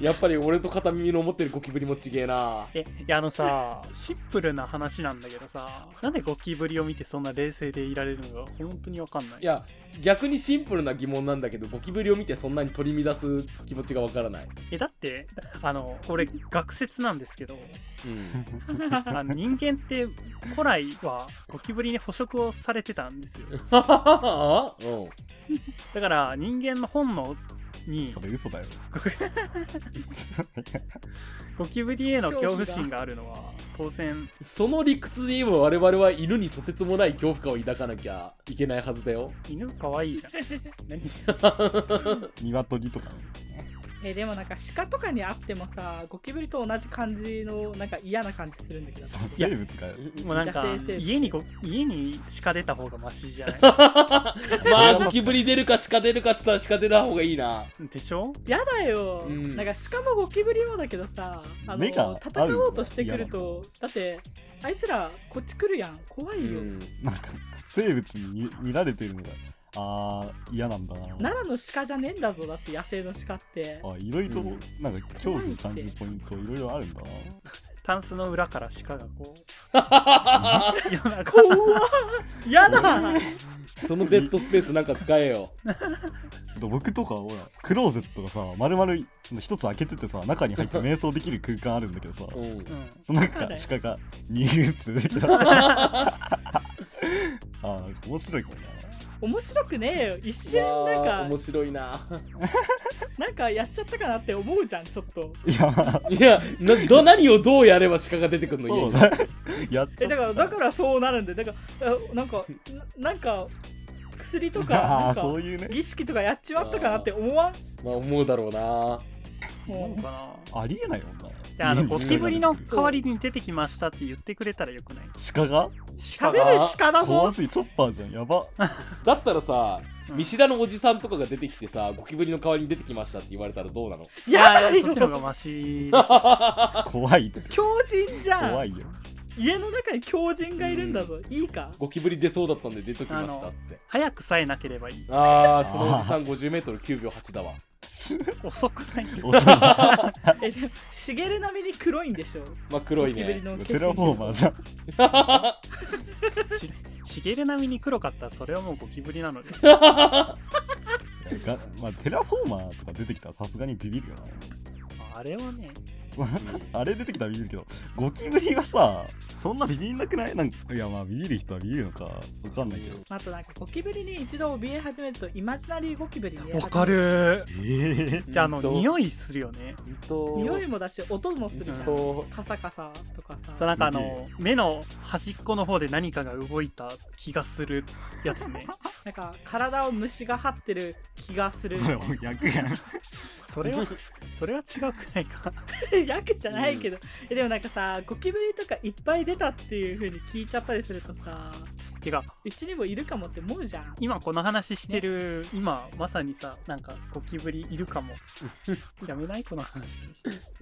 [SPEAKER 2] やっぱり俺と片耳の思ってるゴキブリもちげえな
[SPEAKER 1] えいやあのさシンプルな話なんだけどさなんでゴキブリを見てそんな冷静でいられるのか本当にわかんない
[SPEAKER 2] いや逆にシンプルな疑問なんだけどゴキブリを見てそんなに取り乱す気持ちがわからない、
[SPEAKER 1] えだってあの俺学説なんですけど
[SPEAKER 2] うん、
[SPEAKER 1] あの人間って古来はゴキブリに捕食をされてたんですよ
[SPEAKER 2] うん
[SPEAKER 1] だから人間の本能に
[SPEAKER 4] それ嘘 だよ
[SPEAKER 1] ゴキブリへの恐怖心があるのは当然
[SPEAKER 2] その理屈で言えば我々は犬にとてつもない恐怖感を抱かなきゃいけないはずだよ。
[SPEAKER 1] 犬かわいいじゃん何言ってんの
[SPEAKER 4] 鶏とかね
[SPEAKER 3] えでもなんか鹿とかにあってもさゴキブリと同じ感じのなんか嫌な感じするんだけどさ
[SPEAKER 4] そう生物が
[SPEAKER 1] もうなんか
[SPEAKER 3] 野生生物
[SPEAKER 1] 家にご家に鹿出た方がマシじゃない
[SPEAKER 2] まあゴキブリ出るか鹿出るかっつったら鹿出た方がいいな。
[SPEAKER 1] でしょ
[SPEAKER 3] やだよ、
[SPEAKER 2] うん
[SPEAKER 3] なんか鹿もゴキブリもだけどさあ
[SPEAKER 4] 目が合う
[SPEAKER 3] の戦おうとしてくるとだってあいつらこっち来るやん怖
[SPEAKER 2] う
[SPEAKER 3] いよ、
[SPEAKER 2] ん、
[SPEAKER 4] なんか生物に見見られてるのがあー嫌なんだな
[SPEAKER 3] 奈良の鹿じゃねえんだぞだって野生の鹿って
[SPEAKER 4] あいろいろ
[SPEAKER 2] うん
[SPEAKER 4] なんか恐怖を感じるポイントいろいろあるんだな
[SPEAKER 1] タンスの裏から鹿がこ う夜中
[SPEAKER 3] 怖っやだ
[SPEAKER 2] そのデッドスペースなんか使えよ。
[SPEAKER 4] 僕とかほらクローゼットがさ丸々一つ開けててさ中に入って瞑想できる空間あるんだけどさ
[SPEAKER 2] うん
[SPEAKER 1] う、ん
[SPEAKER 4] その中から鹿がニュースできたさあー面白いかもな
[SPEAKER 3] 面白くねえよ一瞬
[SPEAKER 2] まあ
[SPEAKER 3] なん
[SPEAKER 2] 面
[SPEAKER 3] か
[SPEAKER 2] 白いな。
[SPEAKER 3] なんかやっちゃったかなって思うじゃんちょっと
[SPEAKER 4] いやまあ
[SPEAKER 2] いやなど何をどうやれば鹿が出てくるの
[SPEAKER 4] そ
[SPEAKER 2] 家
[SPEAKER 4] う
[SPEAKER 2] に
[SPEAKER 4] だ やっち
[SPEAKER 3] え
[SPEAKER 4] ゃ
[SPEAKER 3] だから
[SPEAKER 4] っ
[SPEAKER 3] だ
[SPEAKER 4] た
[SPEAKER 3] からそうなるんでだからあなんかななんか薬とか
[SPEAKER 4] あ
[SPEAKER 3] な
[SPEAKER 4] あ
[SPEAKER 3] んか
[SPEAKER 4] そういうね
[SPEAKER 3] 儀式とかやっちまったかなって思わん
[SPEAKER 2] まあ思うだろうな。
[SPEAKER 1] 思
[SPEAKER 3] も
[SPEAKER 1] う
[SPEAKER 3] う
[SPEAKER 1] かな
[SPEAKER 4] ありえないもんな
[SPEAKER 1] であ
[SPEAKER 4] 家
[SPEAKER 1] の
[SPEAKER 4] に
[SPEAKER 1] ゴキブリの
[SPEAKER 3] そう
[SPEAKER 1] 代わりに出てきましたって言ってくれたらよくない
[SPEAKER 4] 鹿が
[SPEAKER 3] 喋る鹿だ
[SPEAKER 4] 怖
[SPEAKER 3] ぞ
[SPEAKER 4] すぎチョッパーじゃんやば
[SPEAKER 2] だったらさ、
[SPEAKER 1] うん
[SPEAKER 2] 見知らぬおじさんとかが出てきてさ、ゴキブリの代わりに出てきましたって言われたらどうなの
[SPEAKER 1] いや
[SPEAKER 3] だよ
[SPEAKER 1] そっちの方がマシでしょ
[SPEAKER 4] 怖いって
[SPEAKER 3] 強人じゃ
[SPEAKER 4] 怖
[SPEAKER 3] ん
[SPEAKER 4] いよ
[SPEAKER 3] 家の中に強人がいるんだぞ、いいか
[SPEAKER 2] ゴキブリ出そうだったんで出ときまし
[SPEAKER 1] あ
[SPEAKER 2] た
[SPEAKER 1] の
[SPEAKER 2] っつって。
[SPEAKER 1] 早くさえなければいい
[SPEAKER 2] ああ、そのおじさん 50m9 秒8だわ。
[SPEAKER 1] 遅く ない
[SPEAKER 4] 遅い
[SPEAKER 3] えでもしげる並みに黒いんでしょ
[SPEAKER 2] まあ黒い
[SPEAKER 3] ゴキブリ
[SPEAKER 2] ね。
[SPEAKER 3] の化身
[SPEAKER 4] テラフォーマーじゃん
[SPEAKER 1] ししげる並みに黒かったらそれはもうゴキブリなの で
[SPEAKER 4] がまあ、テラフォーマーとか出てきたらさすがにビビるよ
[SPEAKER 1] あれはね
[SPEAKER 4] なあれ出てきたらビビるけどゴキブリがさそんなビビんなくないなんかいやまあビビる人はビビるのかわかんないけど
[SPEAKER 3] あとなんかゴキブリに一度怯え始めるとイマジナリーゴキブリに見え始め
[SPEAKER 1] わかる
[SPEAKER 4] ええ
[SPEAKER 1] であの
[SPEAKER 2] い。
[SPEAKER 1] 匂いするよね
[SPEAKER 3] 匂
[SPEAKER 2] 匂
[SPEAKER 3] いもだし音もするじゃ
[SPEAKER 1] うん
[SPEAKER 2] そ
[SPEAKER 3] カサカサとかさ
[SPEAKER 1] そうなんかあ
[SPEAKER 4] すげ
[SPEAKER 1] の目の端っこの方で何かが動いた気がするやつね
[SPEAKER 3] なんか体を虫が張ってる気がする
[SPEAKER 4] それも逆やん
[SPEAKER 1] それはそれは違くないか
[SPEAKER 3] やけじゃないけど、えでもなんかさゴキブリとかいっぱい出たっていう風に聞いちゃったりするとさ
[SPEAKER 2] う
[SPEAKER 1] 怪我
[SPEAKER 3] うちにもいるかもって思うじゃん
[SPEAKER 1] 今この話してる、今まさにさなんかゴキブリいるかもやめないこの話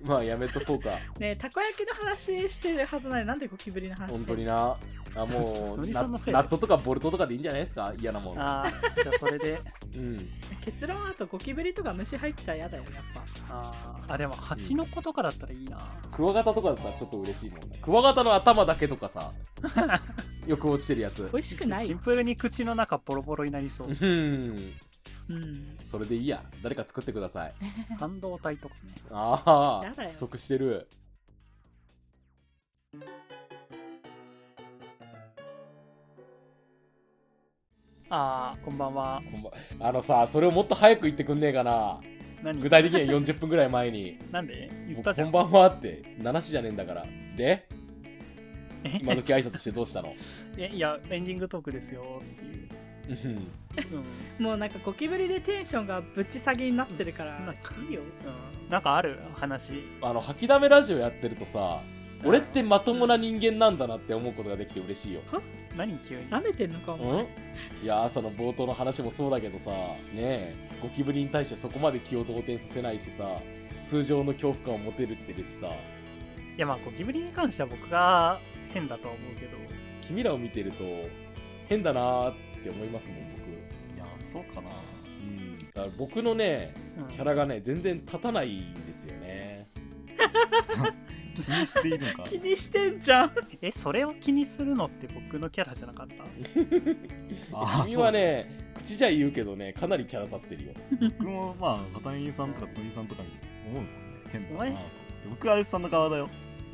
[SPEAKER 2] まあやめとこうか
[SPEAKER 3] ねえたこ焼きの話してるはずなのになんでゴキブリの話
[SPEAKER 2] 本
[SPEAKER 3] して
[SPEAKER 2] 当
[SPEAKER 3] る
[SPEAKER 2] になあも
[SPEAKER 1] つ
[SPEAKER 2] う
[SPEAKER 1] むぎ
[SPEAKER 2] ナ
[SPEAKER 1] さんのせい
[SPEAKER 2] ナットとかボルトとかでいいんじゃないですか嫌なもん
[SPEAKER 1] ああじゃあそれで
[SPEAKER 2] うん
[SPEAKER 3] 結論はあとゴキブリとか虫入ってたら嫌だよやっぱ
[SPEAKER 1] あーあでも蜂の子とかだったらいいな、
[SPEAKER 2] クワガタとかだったらちょっと嬉しいもんなクワガタの頭だけとかさよく落ちてるやつ
[SPEAKER 3] 美味しくな い
[SPEAKER 1] シン
[SPEAKER 3] よ
[SPEAKER 1] プルに口の中ボロボロになりそう
[SPEAKER 2] うん
[SPEAKER 3] うん
[SPEAKER 2] それでいいや誰か作ってください
[SPEAKER 1] 半導体とかね
[SPEAKER 2] あ
[SPEAKER 3] やだ
[SPEAKER 2] あ
[SPEAKER 3] よ
[SPEAKER 2] 不足してる
[SPEAKER 1] ああこんばんは
[SPEAKER 2] ほんまあのさそれをもっと早く言ってくんねえかな
[SPEAKER 1] 何
[SPEAKER 2] 具体的には40分ぐらい前に
[SPEAKER 1] なんで言
[SPEAKER 2] も
[SPEAKER 1] っ
[SPEAKER 2] う
[SPEAKER 1] たじゃん
[SPEAKER 2] こんばんはって7時じゃねえんだからで
[SPEAKER 1] え
[SPEAKER 2] 今時挨拶してどうしたの
[SPEAKER 1] えいやエンディングトークですよっていう、
[SPEAKER 2] うん
[SPEAKER 1] う
[SPEAKER 3] もうなんかゴキブリでテンションがぶち下げになってるか
[SPEAKER 1] な
[SPEAKER 3] ら
[SPEAKER 1] んか
[SPEAKER 3] いいよ
[SPEAKER 1] んうん、なんかある話
[SPEAKER 2] あの吐きだめラジオやってるとさ俺ってまともな人間なんだなって思うことができて嬉しいよ
[SPEAKER 1] 何急に
[SPEAKER 3] 舐めてんのかお前
[SPEAKER 2] うんいや朝の冒頭の話もそうだけどさねえゴキブリに対してそこまで気を動転させないしさ通常の恐怖感を持てるってるしさ
[SPEAKER 1] いやまあゴキブリに関しては僕が変だとは思うけど
[SPEAKER 2] 君らを見てると変だなーって思いますもん僕
[SPEAKER 4] いやそうかな
[SPEAKER 2] うんだから僕のね
[SPEAKER 1] うん
[SPEAKER 2] キャラがね全然立たないんですよね
[SPEAKER 4] 気にしている のか
[SPEAKER 3] 気にしてんじゃん
[SPEAKER 1] えそれを気にするのって僕のキャラじゃなかった
[SPEAKER 4] あー
[SPEAKER 2] 君はね口じゃ言うけどねかなりキャラ立ってるよ
[SPEAKER 4] 僕もまあ片見さんとかつみさんとかに思うもんね変だな
[SPEAKER 1] おい
[SPEAKER 4] って僕はあれさんの側だよ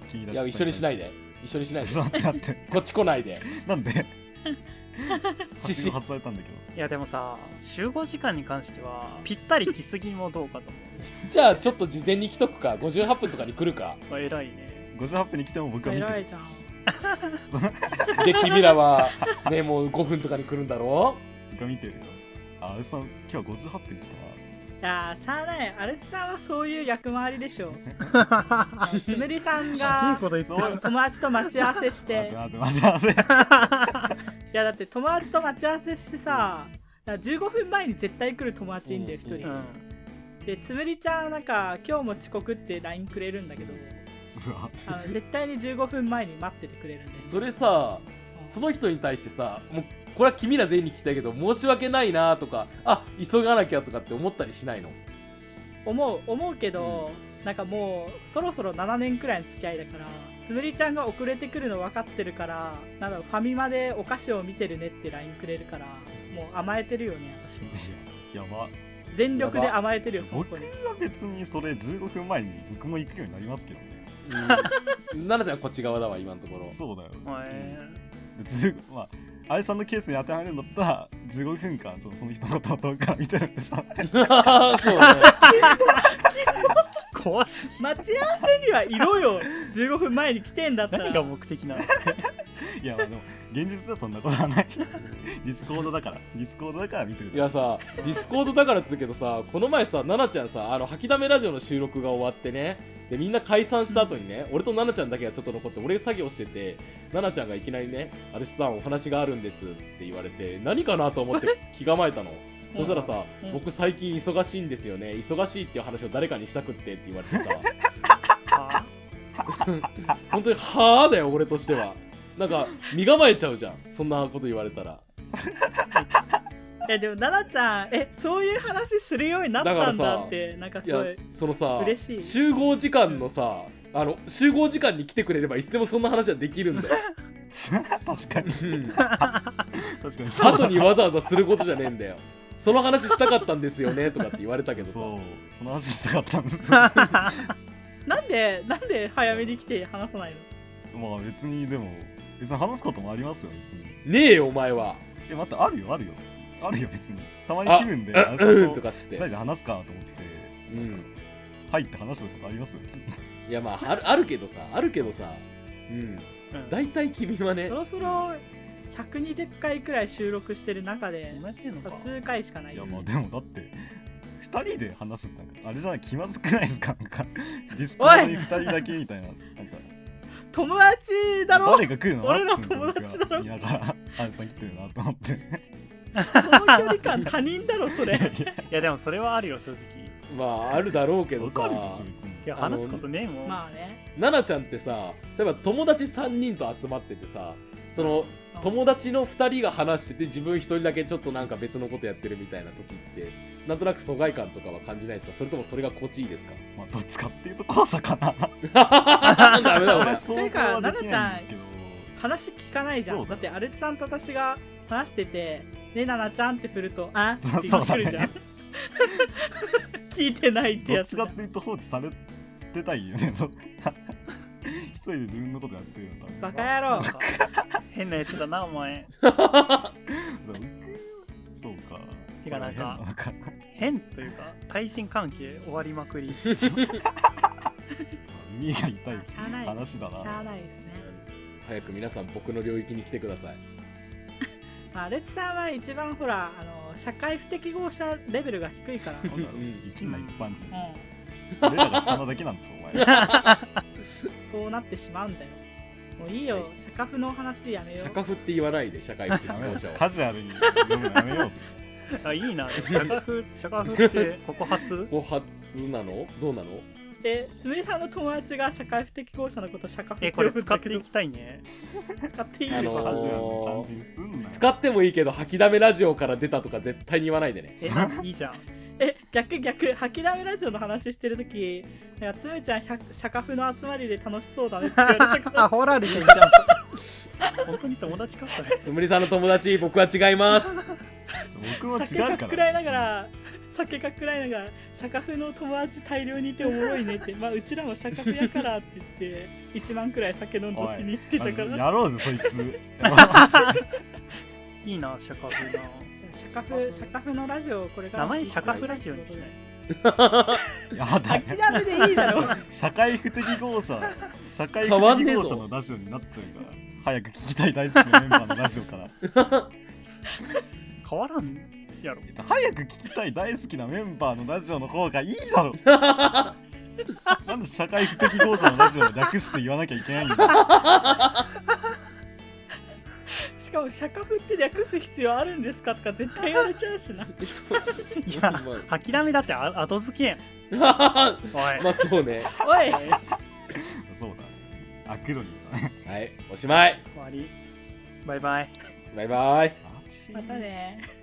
[SPEAKER 4] 気に出
[SPEAKER 2] い
[SPEAKER 4] し
[SPEAKER 2] や一緒にしない
[SPEAKER 4] で
[SPEAKER 2] で一緒にしないで
[SPEAKER 4] ちょっと待って待って
[SPEAKER 2] こっち来ない で
[SPEAKER 4] なんで
[SPEAKER 2] し
[SPEAKER 4] 発
[SPEAKER 2] し
[SPEAKER 4] 表外されたんだけど
[SPEAKER 1] いやでもさ集合時間に関してはぴったり来すぎもどうかと思
[SPEAKER 2] じゃあちょっと事前に来とくか58分とかに来るか
[SPEAKER 1] うまあ偉いね
[SPEAKER 4] 58分に来ても僕は見て
[SPEAKER 3] 偉
[SPEAKER 4] る
[SPEAKER 3] いじゃん
[SPEAKER 2] で君ら はねもう5分とかに来るんだろ
[SPEAKER 4] 僕は見てるよあれさん今日58分に来たない
[SPEAKER 3] やーしゃあないアルツさんはそういう役回りでしょあのつむりさんが
[SPEAKER 1] こと言
[SPEAKER 4] そう
[SPEAKER 3] 友達と待ち合わせし
[SPEAKER 4] 待って
[SPEAKER 3] て
[SPEAKER 4] 待って待って待って
[SPEAKER 3] いやだって友達と待ち合わせしてさだから15分前に絶対来る友達いんだよ1人、
[SPEAKER 2] うん
[SPEAKER 1] うん
[SPEAKER 3] でつむりちゃんなんか今日も遅刻って LINE くれるんだけど
[SPEAKER 4] うわ
[SPEAKER 3] あの絶対に15分前に待っててくれるんで
[SPEAKER 2] それさその人に対してさもうこれは君ら全員に聞きたいけど申し訳ないなとかあ急がなきゃとかって思ったりしないの
[SPEAKER 3] 思う思うけど、なんかもうそろそろ7年くらいの付き合いだからつむりちゃんが遅れてくるの分かってるからなんだろうファミマでお菓子を見てるねって LINE くれるからもう甘えてるよね 私
[SPEAKER 4] いややば
[SPEAKER 3] 全力で甘えてるよそこ
[SPEAKER 4] 僕
[SPEAKER 3] に
[SPEAKER 4] は別にそれ15分前に僕も行くようになりますけどね
[SPEAKER 2] うん奈々ちゃんこっち側だわ今のところ
[SPEAKER 4] そうだよ
[SPEAKER 1] お前
[SPEAKER 4] で15まああれさんのケースに当てはめるんだったら15分間そのその人のことをどうか見てるんでしょ
[SPEAKER 2] そうね
[SPEAKER 1] 怖すぎ
[SPEAKER 3] 待ち合わせにはいろよ15分前に来てんだったら
[SPEAKER 1] 何が目的なの
[SPEAKER 4] いやまあでも現実ではそんなことはないディスコードだからディスコードだから見てる
[SPEAKER 2] いやさディスコードだからっつうけどさこの前さ奈々ちゃんさあの吐きだめラジオの収録が終わってねでみんな解散した後にね俺と奈々ちゃんだけがちょっと残って俺作業してて奈々ちゃんがいきなりね「私さんお話があるんです」っつって言われて何かなと思って気構えたの。そしたらさ、
[SPEAKER 3] うん
[SPEAKER 2] 僕最近忙しいんですよね忙しいっていう話を誰かにしたくってって言われて さ
[SPEAKER 1] か
[SPEAKER 2] 本当に「はあ」だよ俺としてはなんか身構えちゃうじゃんそんなこと言われたら
[SPEAKER 3] いやでも奈々ちゃんえそういう話するようになったんだってなんか
[SPEAKER 2] い
[SPEAKER 3] す
[SPEAKER 2] や
[SPEAKER 3] ごい
[SPEAKER 2] そのさ
[SPEAKER 3] 嬉しい
[SPEAKER 2] 集合時間のさあの集合時間に来てくれればいつでもそんな話はできるんだよ
[SPEAKER 4] 確かに
[SPEAKER 2] うん
[SPEAKER 4] 確かにそう
[SPEAKER 2] 後にわざわざすることじゃねえんだよその話したかったんですよねとかって言われたけどさ
[SPEAKER 4] そうその話したかったんですよまあ
[SPEAKER 3] なんでなんで早めに来て話さないの
[SPEAKER 4] 別にでも別に話すこともありますよ別に
[SPEAKER 2] ねえよお前は
[SPEAKER 4] え待ってあるよあるよあるよ別にたまに
[SPEAKER 2] あ
[SPEAKER 4] 気分であ
[SPEAKER 2] うん
[SPEAKER 4] れ
[SPEAKER 2] う
[SPEAKER 4] さ
[SPEAKER 2] ん
[SPEAKER 4] ん
[SPEAKER 2] と
[SPEAKER 4] と
[SPEAKER 2] かっつっ
[SPEAKER 4] 二
[SPEAKER 2] て
[SPEAKER 4] 人、で話すかなと思って
[SPEAKER 2] うん、
[SPEAKER 4] 入って話したことありますよ別に
[SPEAKER 2] いやまああるあるけどさあるけどさうん
[SPEAKER 1] うん
[SPEAKER 2] 大体君はね
[SPEAKER 3] そろそろ120回くらい収録してる中で
[SPEAKER 1] 今やってんのか
[SPEAKER 3] 数回しかない
[SPEAKER 4] い
[SPEAKER 3] よ
[SPEAKER 4] やまあでもだって2人で話すってなんかあれじゃない気まずくないですかなんかディスコードに2人だけみたいななんか
[SPEAKER 3] 友達だろ
[SPEAKER 4] 誰が来るの
[SPEAKER 3] 俺ら友達だろ
[SPEAKER 4] いやだからあんさん来てるなと思って
[SPEAKER 3] その距離感他人だろそ れ
[SPEAKER 1] いやでもそれはあるよ正直
[SPEAKER 2] まああるだろうけど
[SPEAKER 4] わ
[SPEAKER 2] さ
[SPEAKER 4] かるでしょ別に
[SPEAKER 1] いや
[SPEAKER 2] あの
[SPEAKER 1] 話すことねえもん、
[SPEAKER 3] まあね
[SPEAKER 2] 奈々ちゃんってさ例えば友達3人と集まっててさその友達の2人が話してて自分1人だけちょっとなんか別のことやってるみたいな時ってなんとなく疎外感とかは感じないですかそれともそれが心地いいですか
[SPEAKER 4] まあどっちかっていうと怖さかな
[SPEAKER 2] ダメだ俺
[SPEAKER 4] 俺想像はできないんですけど
[SPEAKER 3] 話聞かないじゃ
[SPEAKER 4] そ
[SPEAKER 3] ん
[SPEAKER 4] うだ
[SPEAKER 3] だ
[SPEAKER 4] よ
[SPEAKER 3] ってアルチさんと私が話してて「ねななちゃん」って振ると「 あ
[SPEAKER 4] そう
[SPEAKER 3] って言ってくるじゃん 聞いてないって
[SPEAKER 4] ど
[SPEAKER 3] や
[SPEAKER 4] っ
[SPEAKER 3] つ
[SPEAKER 4] ち
[SPEAKER 3] じ
[SPEAKER 4] か
[SPEAKER 3] ゃ
[SPEAKER 4] って
[SPEAKER 3] ん
[SPEAKER 4] いうと放置されてたいよね 一人で自分のことやってるよ多分
[SPEAKER 3] バカ野郎
[SPEAKER 1] なんか 変なやつだなお前
[SPEAKER 4] そうか
[SPEAKER 1] てかなんか
[SPEAKER 4] これ変
[SPEAKER 1] 変
[SPEAKER 4] のか
[SPEAKER 1] というか対人関係終わりまくり
[SPEAKER 4] 耳が痛い
[SPEAKER 3] あしゃあない
[SPEAKER 4] 話だ
[SPEAKER 3] しゃ
[SPEAKER 4] な
[SPEAKER 3] あないですね
[SPEAKER 2] 早く皆さん僕の領域に来てください
[SPEAKER 3] まあアルチさんは一番ほらあの社会不適合者レベルが低い から、うん、
[SPEAKER 4] なんだろう生きない一般人
[SPEAKER 3] う
[SPEAKER 4] 俺らが下なだけなんですお前
[SPEAKER 3] んそうなってしまうんだよもういいよ、
[SPEAKER 2] は
[SPEAKER 3] 社会不の話やめよ
[SPEAKER 2] 社
[SPEAKER 3] う
[SPEAKER 2] 会不って言わないで社会不適
[SPEAKER 4] ダメ
[SPEAKER 2] 合
[SPEAKER 4] だ
[SPEAKER 2] 者
[SPEAKER 4] よ
[SPEAKER 2] を
[SPEAKER 4] カジュアルに読むのやめようぜ
[SPEAKER 1] あいいなシャカフシャカフってここ 初
[SPEAKER 2] 後発なのどうなの
[SPEAKER 3] でつむりさんの友達が社会不適合者のこと社会不
[SPEAKER 1] え
[SPEAKER 3] 適
[SPEAKER 1] こ
[SPEAKER 3] 合
[SPEAKER 1] れ
[SPEAKER 3] 者
[SPEAKER 1] 使っていきたいね
[SPEAKER 3] 使っていい
[SPEAKER 2] あの
[SPEAKER 4] カジ
[SPEAKER 2] ー
[SPEAKER 4] ュアルな感じにすんなよ
[SPEAKER 2] 使ってもいいけど吐きだめラジオから出たとか絶対に言わないでね
[SPEAKER 1] えいいじゃん
[SPEAKER 3] え逆逆吐きだめラジオの話してるときつむちゃん100社会不の集まりで楽しそうだねって言われたか ら
[SPEAKER 1] あホラーでいいじゃん本当に友達かそれ
[SPEAKER 2] つむりさんの友達僕は違います
[SPEAKER 4] 僕も
[SPEAKER 3] 酒が
[SPEAKER 4] 違う
[SPEAKER 3] 食
[SPEAKER 4] から
[SPEAKER 3] い
[SPEAKER 4] ら
[SPEAKER 3] ながら酒が食らいながら社会不の友達大量にいておもろいねってまあうちらも社会不やからって言って1万くらい酒飲んど
[SPEAKER 4] お
[SPEAKER 3] き
[SPEAKER 4] い
[SPEAKER 3] に行ってたから
[SPEAKER 4] やろうぜそいつ
[SPEAKER 1] いいなシャカフな
[SPEAKER 3] シャカフ、シャカフのラジオ、これから。
[SPEAKER 1] 名前シャカフラジオにしない
[SPEAKER 4] やだよ
[SPEAKER 3] 諦めでいいだろ。
[SPEAKER 4] 社会不適合者社会不
[SPEAKER 2] 変わんね
[SPEAKER 4] 適
[SPEAKER 2] えぞ
[SPEAKER 4] 合者のラジオになっちゃうから早く聞きたい大好きなメンバーのラジオから
[SPEAKER 1] 変わらんやろ
[SPEAKER 4] 早く聞きたい大好きなメンバーのラジオの方がいいだろなんで社会不適合者のラジオを略して言わなきゃいけないんだよ
[SPEAKER 3] しかも、シャカフって略す必要あるんですかとか、絶対言われちゃうしな。
[SPEAKER 2] えそう
[SPEAKER 1] い や 諦めだってあ後付けやん
[SPEAKER 2] ま
[SPEAKER 1] おい、
[SPEAKER 2] あそうね
[SPEAKER 3] おい、
[SPEAKER 4] そうだねアクロニーだね
[SPEAKER 2] はいおしまい
[SPEAKER 1] 終わりバイバイ
[SPEAKER 2] バイバイ
[SPEAKER 4] マジ
[SPEAKER 3] またね。